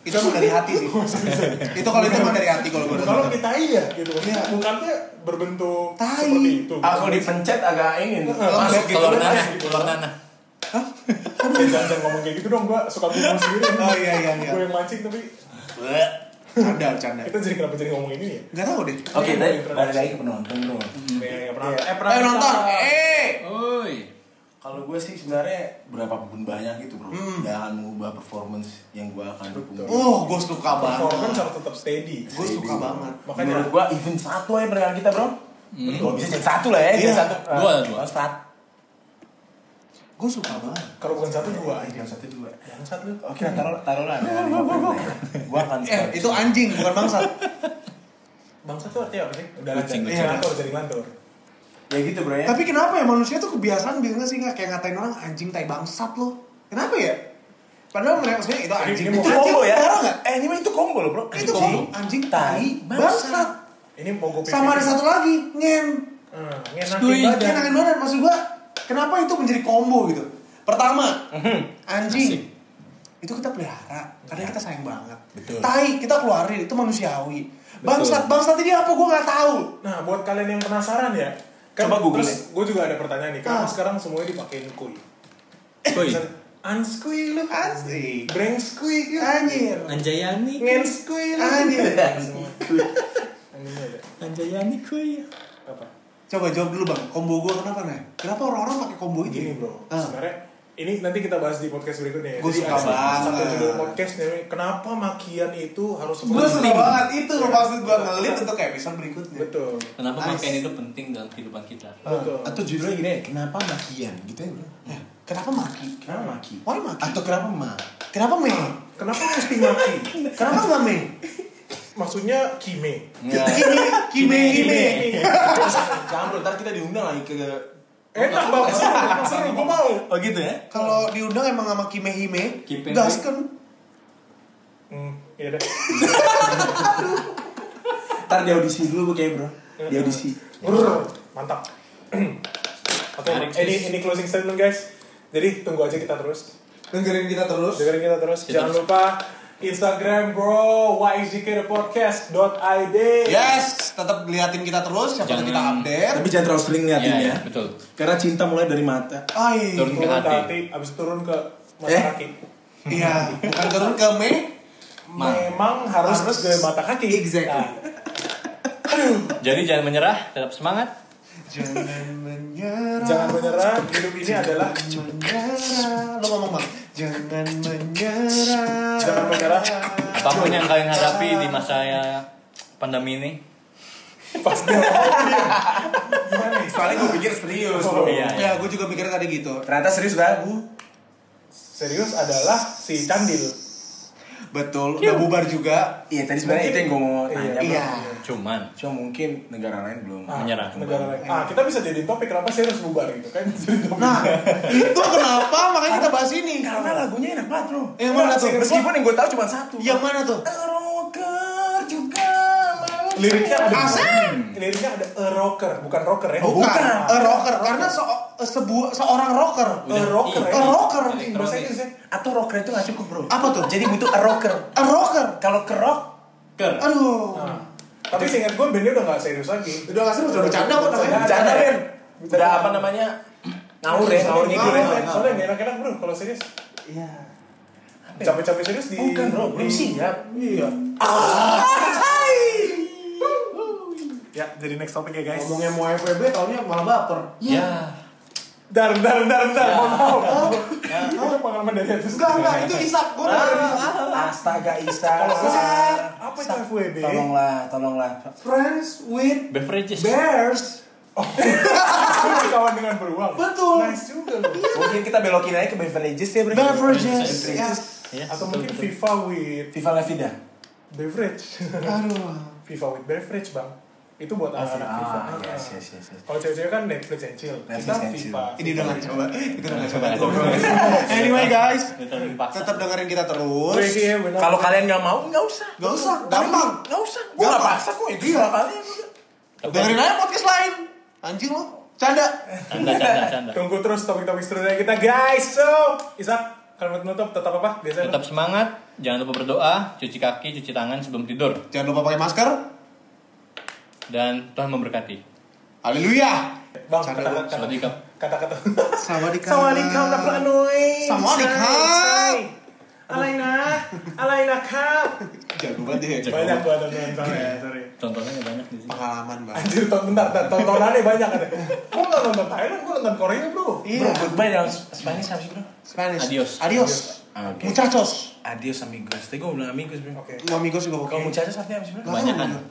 Speaker 4: Itu emang dari hati sih. itu kalau itu emang dari hati kalau gue
Speaker 2: Kalau kayak tai ya, gitu.
Speaker 4: Iya.
Speaker 2: Bukannya berbentuk
Speaker 4: Tai.
Speaker 2: seperti itu.
Speaker 3: Ah,
Speaker 5: Aku dipencet agak ini.
Speaker 4: Ah.
Speaker 3: Masuk
Speaker 5: gitu,
Speaker 3: telur
Speaker 5: bro.
Speaker 3: nanah,
Speaker 5: Masuk gitu,
Speaker 3: telur
Speaker 5: bro.
Speaker 3: nanah.
Speaker 2: Eh, jangan, jangan ngomong kayak gitu dong, gua suka bingung sendiri.
Speaker 4: Oh, iya, iya, iya.
Speaker 2: Gue yang mancing, tapi
Speaker 4: Ada canda.
Speaker 2: kita jadi kenapa jadi ngomong ini ya?
Speaker 4: Enggak tahu deh.
Speaker 5: Oke, tadi balik lagi ke penonton, bro.
Speaker 3: Hmm.
Speaker 2: Iya, iya, pernah. Eh, pernah.
Speaker 4: Eh nonton. Eh.
Speaker 3: Oi.
Speaker 5: Kalau gue sih sebenarnya berapapun banyak gitu bro,
Speaker 4: Hmm.
Speaker 5: jangan mengubah performance yang gue akan dukung.
Speaker 4: Oh, gue suka
Speaker 2: Performance
Speaker 4: banget.
Speaker 2: harus tetap steady.
Speaker 4: Gue suka banget.
Speaker 5: Makanya menurut
Speaker 2: Makanya,
Speaker 5: gue event satu aja pendengar kita bro. Kalau bisa jadi satu lah ya, jadi
Speaker 4: Hmm. Iya.
Speaker 5: satu.
Speaker 3: Dua lah, dua.
Speaker 5: Kalau satu.
Speaker 4: Gue suka banget.
Speaker 2: kalau bukan satu, dua aja.
Speaker 4: Iya,
Speaker 5: Jangan satu dua.
Speaker 2: Bangsat lu.
Speaker 5: Oke, lah, taruh taruh lah. ada lima poin lah ya. Gue akan.
Speaker 4: Hmm. Eh, itu anjing bukan bangsat.
Speaker 2: Bangsat tuh artinya apa sih? Udah lancar.
Speaker 3: Kucing,
Speaker 2: Iya,
Speaker 4: kucing.
Speaker 2: ngantor, jadi ngantor.
Speaker 5: Ya gitu bro ya.
Speaker 4: Tapi kenapa ya manusia tuh kebiasaan biasanya sih nggak kayak ngatain orang anjing tai bangsat lo. Kenapa ya? Padahal mereka sebenarnya itu anjing.
Speaker 2: ini
Speaker 5: Itu
Speaker 4: anjing,
Speaker 5: combo ya.
Speaker 4: parah nggak?
Speaker 5: Eh ini mah itu combo loh bro.
Speaker 4: Itu combo. Anjing, tai, bangsat.
Speaker 2: Ini mau gue
Speaker 4: Sama ada satu lagi, ngen.
Speaker 2: Hmm, ngenakin
Speaker 3: Stui.
Speaker 2: banget.
Speaker 4: Bagian angin badan maksud gua. Kenapa itu menjadi combo gitu? Pertama,
Speaker 3: Asik.
Speaker 4: anjing. Itu kita pelihara, karena kita sayang banget.
Speaker 5: Betul.
Speaker 4: Tai kita keluarin, itu manusiawi. Bangsat, bangsat ini apa gua nggak tahu.
Speaker 2: Nah, buat kalian yang penasaran ya,
Speaker 5: Coba Google
Speaker 2: Terus gue juga ada pertanyaan nih, kenapa
Speaker 4: Ah.
Speaker 2: sekarang semuanya dipakein kui?
Speaker 5: Eh,
Speaker 3: Oi.
Speaker 2: Unskui lu
Speaker 4: Asik.
Speaker 2: Brengskui
Speaker 4: Anjir.
Speaker 3: Anjayani.
Speaker 2: Ngenskui lu
Speaker 4: Anjir.
Speaker 2: Semua. Anjing ada.
Speaker 3: Anjayani kuy.
Speaker 2: Apa?
Speaker 4: Coba jawab dulu bang, combo gue kenapa nih? Kenapa orang-orang pakai combo itu?
Speaker 2: Gini bro,
Speaker 4: Ah.
Speaker 2: sebenarnya ini nanti kita bahas di podcast berikutnya ya.
Speaker 4: Gua
Speaker 2: Jadi
Speaker 4: suka
Speaker 2: ada Satu
Speaker 4: banget.
Speaker 2: judul podcast namanya, kenapa makian itu harus
Speaker 4: Gue suka
Speaker 2: penting?
Speaker 4: banget itu maksud gue ngelit untuk episode berikutnya.
Speaker 2: Betul.
Speaker 3: Kenapa
Speaker 4: Nice.
Speaker 3: pakaian itu penting dalam kehidupan kita?
Speaker 2: Betul.
Speaker 4: Ah.
Speaker 5: Atau judulnya gini, ya, kenapa makian gitu ya bro?
Speaker 4: Eh, kenapa maki?
Speaker 5: Kenapa maki?
Speaker 4: Why maki?
Speaker 5: Atau kenapa ma?
Speaker 4: Kenapa me?
Speaker 2: Kenapa mesti maki?
Speaker 4: Kenapa nggak me?
Speaker 2: Maksudnya kime.
Speaker 4: Kime, kime, kime.
Speaker 5: Jangan bro, ntar kita diundang lagi ke
Speaker 2: Enak banget, seru, seru, gue mau.
Speaker 5: Oh gitu ya?
Speaker 4: Kalau diundang emang sama kime hime,
Speaker 3: Kipe.
Speaker 4: gaskan.
Speaker 2: Hmm, iya deh.
Speaker 5: Ntar di audisi dulu gue kayak bro Di audisi
Speaker 2: Brrr, mantap. Oke, ini ini closing statement guys. Jadi tunggu aja kita terus.
Speaker 4: Dengerin kita terus.
Speaker 2: Dengerin kita terus. Jangan lupa Instagram bro yzkpodcast.id.
Speaker 5: Ya.
Speaker 4: Yes, tetap liatin kita terus, siapa
Speaker 3: Jangan.
Speaker 4: tahu kita update.
Speaker 5: Tapi jangan terlalu sering liatin
Speaker 3: Iya,
Speaker 5: ya,
Speaker 3: iya, betul.
Speaker 5: Karena cinta mulai dari mata
Speaker 4: Ay,
Speaker 2: Turun
Speaker 3: Turun.
Speaker 2: ke hati, abis turun ke mata
Speaker 5: Eh.
Speaker 2: kaki.
Speaker 4: iya, bukan turun ke me.
Speaker 3: Ma.
Speaker 2: Memang harus,
Speaker 4: Nah, Harus.
Speaker 2: ke mata kaki. Nah,
Speaker 4: Exactly.
Speaker 3: Jadi jangan menyerah, tetap semangat.
Speaker 4: Jangan menyerah.
Speaker 2: jangan menyerah. Hidup ini adalah
Speaker 4: menyerah. Lo ngomong bang. Jangan menyerah.
Speaker 2: Jangan menyerah.
Speaker 3: Apapun yang kalian hadapi di masa ya, pandemi ini.
Speaker 2: pasti. Gimana nih?
Speaker 5: Soalnya gue pikir serius
Speaker 2: bro.
Speaker 3: Iya, iya.
Speaker 4: Ya, gue juga mikirnya tadi gitu.
Speaker 5: Ternyata serius gak bu?
Speaker 2: Serius adalah si Candil.
Speaker 4: Betul. Udah bubar juga.
Speaker 5: Iya tadi sebenarnya itu yang gue mau tanya bro.
Speaker 4: Iya.
Speaker 3: Cuman
Speaker 5: Cuma mungkin negara lain belum
Speaker 2: Ah,
Speaker 3: Menyerah.
Speaker 2: negara lain. Ah, kita bisa jadiin topik kenapa sih harus bubar gitu kan? Jadi topik.
Speaker 4: Nah, itu kenapa makanya kita bahas ini.
Speaker 5: Karena lagunya enak banget bro
Speaker 4: Yang mana
Speaker 5: Nah,
Speaker 4: tuh?
Speaker 5: Meskipun yang gue tahu cuma satu
Speaker 4: Yang mana tuh?
Speaker 5: Rocker juga mau
Speaker 2: liriknya ada
Speaker 4: Asem.
Speaker 2: liriknya ada a rocker bukan rocker ya
Speaker 4: Ah. Oh, Bukan, a rocker karena so, eh, sebu- seorang rocker.
Speaker 2: a rocker ya
Speaker 4: Iya, A rocker.
Speaker 2: bahasa ya. Inggrisnya
Speaker 5: Atau rocker itu nggak cukup bro.
Speaker 4: Apa tuh?
Speaker 5: Jadi butuh a rocker.
Speaker 4: A rocker.
Speaker 5: Kalau ke rock,
Speaker 3: Ker.
Speaker 4: Aduh.
Speaker 2: Nah, tapi seingat gue bandnya udah gak serius lagi
Speaker 4: Udah nggak seru, udah bercanda kok namanya.
Speaker 5: bercanda Ben. Udah apa namanya? Ngawur ya, ngawur ngidul ya.
Speaker 2: Soalnya- soalnya gak enak-enak bro kalau serius
Speaker 4: Iya.
Speaker 2: capek-capek serius di
Speaker 5: Bukan bro, belum siap.
Speaker 4: Iya.
Speaker 2: ya jadi next topic ya guys
Speaker 4: Ngomongnya mau FWB tahunnya malah baper.
Speaker 5: Ya.
Speaker 2: dar dar dar dar mohon maaf itu pengalaman dari atas
Speaker 4: Enggak, enggak, itu Isak. Gua udah
Speaker 5: Astaga
Speaker 2: Kalau gua sih,
Speaker 5: Isa.
Speaker 2: apa itu FWB
Speaker 5: Tolonglah, tolonglah.
Speaker 4: friends with
Speaker 3: Beverages.
Speaker 4: bears.
Speaker 2: Lu berkawan dengan beruang
Speaker 4: Betul.
Speaker 2: nice juga loh
Speaker 5: Mungkin kita belokin aja ke Beverly Hills ya bro.
Speaker 4: Beverages.
Speaker 3: Beverages.
Speaker 4: Ya.
Speaker 5: Iya,
Speaker 3: Ya,
Speaker 2: atau
Speaker 3: betul,
Speaker 2: mungkin
Speaker 3: betul.
Speaker 2: FIFA with
Speaker 5: Viva La Vida.
Speaker 2: beverage
Speaker 4: Aduh.
Speaker 2: FIFA with beverage bang itu buat anak-anak FIFA
Speaker 5: Ah, yes, yes, yes, yes.
Speaker 2: kalau cewek-cewek kan Netflix and chill kita
Speaker 5: Netflix and chill.
Speaker 2: FIFA
Speaker 4: Ini udah nggak coba. Itu udah nggak coba. Anyway guys, tetap dengerin kita
Speaker 2: Gue
Speaker 4: terus.
Speaker 2: kayak benar.
Speaker 5: Kalau kalian nggak mau, nggak usah.
Speaker 4: Gak usah, gampang.
Speaker 5: Nggak usah. Gua nggak paksa kok itu salah kalian.
Speaker 4: Dengerin aja podcast lain. Anjing lo. Canda.
Speaker 3: Canda, canda, canda.
Speaker 2: tunggu terus topik-topik seterusnya kita guys so Isak kalimat penutup tetap apa biasanya
Speaker 3: Tetap semangat, jangan lupa berdoa, cuci kaki, cuci tangan sebelum tidur.
Speaker 4: Jangan lupa pakai masker.
Speaker 3: Dan Tuhan memberkati.
Speaker 4: Haleluya.
Speaker 2: bang
Speaker 4: Canda
Speaker 2: kata-kata
Speaker 3: Sawadikap.
Speaker 2: kata-kata
Speaker 4: Sawadika.
Speaker 2: Sawadikam nak lanoi
Speaker 4: Sawadikam.
Speaker 2: Alaina Alaina kap
Speaker 4: Jago banget ya.
Speaker 2: banyak gua tonton sorry sorry
Speaker 3: Contohnya banyak di sini.
Speaker 4: Pengalaman banget.
Speaker 2: anjir tonton bentar bentar, tontonannya banyak ada gua nggak nonton Thailand gua nonton Korea bro
Speaker 5: Bro,
Speaker 4: Iya.
Speaker 5: goodbye dalam Sp- Spanish habis bro.
Speaker 4: Spanish.
Speaker 3: Adios.
Speaker 4: Adios.
Speaker 7: Oke.
Speaker 4: Muchachos.
Speaker 7: Adios amigos. Tadi gue bilang amigos bro.
Speaker 2: oke
Speaker 4: Mau amigos juga
Speaker 5: Kalau
Speaker 4: oke.
Speaker 5: muchachos artinya habis bro.
Speaker 4: Nggak
Speaker 3: Kebanyakan.
Speaker 4: tahu.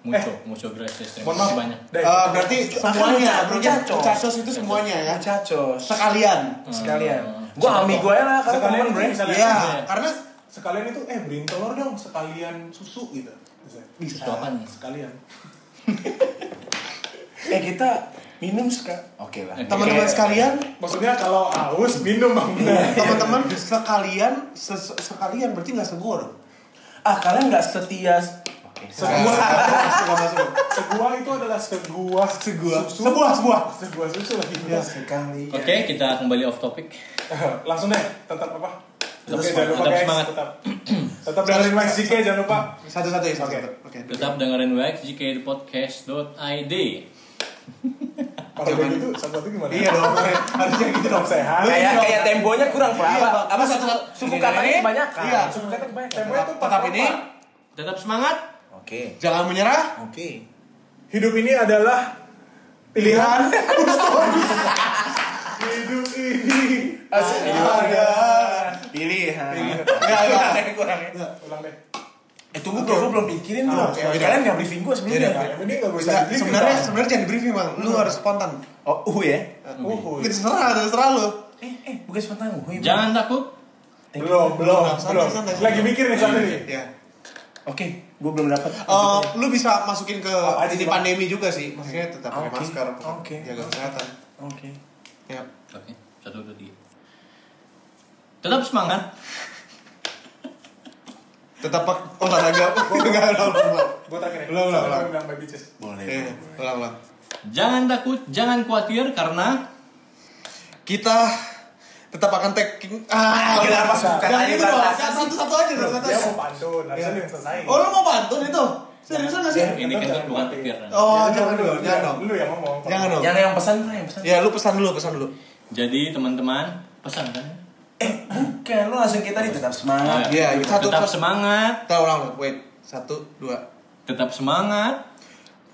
Speaker 3: Mucho, mucho gracias. Terima
Speaker 2: mohon maaf
Speaker 3: kasih ya. banyak.
Speaker 2: Dah,
Speaker 4: Eh, berarti semuanya,
Speaker 5: Makanya,
Speaker 4: muchachos.
Speaker 5: muchachos.
Speaker 4: muchachos itu semuanya ya.
Speaker 5: Muchachos.
Speaker 4: Sekalian.
Speaker 5: Hmm. Sekalian. Gua ami gue lah, gitu. kalau
Speaker 2: sekalian
Speaker 5: temen bro.
Speaker 2: itu misalnya
Speaker 4: Iya, karena
Speaker 2: sekalian itu eh beliin telur dong sekalian susu gitu Bisa.
Speaker 3: Itu apaan nih?
Speaker 2: sekalian
Speaker 5: Eh kita minum suka.
Speaker 7: Oke lah.
Speaker 4: teman-teman
Speaker 5: Oke.
Speaker 4: sekalian,
Speaker 2: maksudnya kalau haus minum bang
Speaker 3: Iya.
Speaker 4: teman-teman sekalian ses- sekalian berarti nggak segor.
Speaker 5: Ah kalian nggak setia.
Speaker 2: sebuah
Speaker 4: Nggak masuk.
Speaker 2: sebuah itu adalah sebuah sebuah susu
Speaker 4: Sebuah, sebuah.
Speaker 2: sebuah susu lagi
Speaker 4: Iya.
Speaker 5: Sekali.
Speaker 3: Oke, kita kembali off topic.
Speaker 2: langsung deh tetap apa
Speaker 3: Tetap
Speaker 2: Oke,
Speaker 3: semangat, tetap semangat.
Speaker 2: tetap tetap dengerin Mas JK jangan lupa
Speaker 4: Satu-satu ya, satu-satu. Oke.
Speaker 3: Tetap dengerin wxjkpodcast.id.
Speaker 2: kalau kayak gitu satu satu gimana
Speaker 4: Iya dong. Harusnya gitu dong.
Speaker 2: tetap sehat
Speaker 5: Kayak Ya, kayak tembonya kurang pak.
Speaker 4: Iya, Pak.
Speaker 5: Apa satu suku katanya kebanyakan.
Speaker 4: Iya.
Speaker 2: Langsung kata kebanyakan. Tempo itu
Speaker 4: Tetap ini
Speaker 3: Tetap semangat.
Speaker 7: Oke.
Speaker 4: jangan menyerah.
Speaker 7: Oke.
Speaker 2: hidup ini adalah pilihan hidup ini
Speaker 4: Ada.
Speaker 5: Pilihan.
Speaker 4: Ya, ya.
Speaker 5: Kurangnya.
Speaker 2: ulang deh
Speaker 5: Eh tunggu bro, gue belum pikirin bro.
Speaker 4: oke, oke.
Speaker 5: Kalian nggak briefing gue sebelumnya.
Speaker 2: Nah, ini nggak bisa
Speaker 4: Nggak,
Speaker 2: di-briefing,
Speaker 4: Sebenarnya
Speaker 2: Bang. Iya.
Speaker 4: sebenarnya jangan di briefing bang. Lu harus spontan.
Speaker 5: Oh uh ya.
Speaker 2: Uhuy.
Speaker 4: Itu serah, terserah lu.
Speaker 5: Eh eh bukan spontan gue. Bro.
Speaker 3: Jangan takut.
Speaker 2: belum belum
Speaker 4: Santai,
Speaker 2: belum
Speaker 4: santai, santai.
Speaker 2: lagi mikir nih sana nih
Speaker 4: Ya.
Speaker 5: Oke, gue belum dapat.
Speaker 4: Eh, lu bisa masukin ke
Speaker 2: Apa aja
Speaker 4: ini
Speaker 2: sih, Bang?
Speaker 4: pandemi juga sih, maksudnya tetap pakai
Speaker 5: Oke.
Speaker 4: masker, tetap
Speaker 5: Oke.
Speaker 4: jaga kesehatan.
Speaker 5: Oke.
Speaker 4: Ya.
Speaker 3: Oke, satu, dua, tiga. Tetap semangat.
Speaker 4: Tetap pak- olahraga. Enggak, enggak, enggak.
Speaker 2: gue terakhir
Speaker 4: Belum, belum, belum.
Speaker 2: bilang bye bitches
Speaker 7: Boleh.
Speaker 4: Iya, ulang, ulang.
Speaker 3: Jangan takut, jangan khawatir karena
Speaker 4: Kita tetap akan taking ah
Speaker 5: Oke, apa suka
Speaker 4: Jangan
Speaker 5: aja
Speaker 4: gitu dong, jangan satu-satu aja dong, satu
Speaker 2: dia mau pantun harusnya dia yang selesai
Speaker 4: Oh, lu mau pantun itu? Seriusan gak sih?
Speaker 5: Iya,
Speaker 3: ini
Speaker 2: Tetap
Speaker 3: kan
Speaker 2: jangan
Speaker 3: bukan
Speaker 2: khawatir.
Speaker 3: pikir.
Speaker 4: Oh,
Speaker 2: Ya,
Speaker 4: jangan
Speaker 2: lu,
Speaker 4: dong,
Speaker 2: lu,
Speaker 4: jangan dong.
Speaker 2: Lu yang ngomong.
Speaker 4: Jangan dong.
Speaker 5: Yang yang pesan lah, yang pesan.
Speaker 4: Ya, lu pesan dulu, pesan dulu.
Speaker 3: Jadi teman-teman pesan kan? Nah,
Speaker 5: Eh bukan, lu langsung kita nih tetap semangat.
Speaker 4: Iya, satu
Speaker 3: tetap
Speaker 4: satu-
Speaker 3: semangat,
Speaker 4: Kita ulang, ulang. wait. Satu, dua.
Speaker 3: tetap semangat.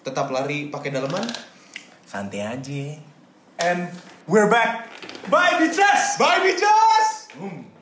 Speaker 4: Tetap lari pakai daleman.
Speaker 5: Santai aja.
Speaker 2: And we're back. Bye bitches.
Speaker 4: Bye, bitches!
Speaker 5: Boom.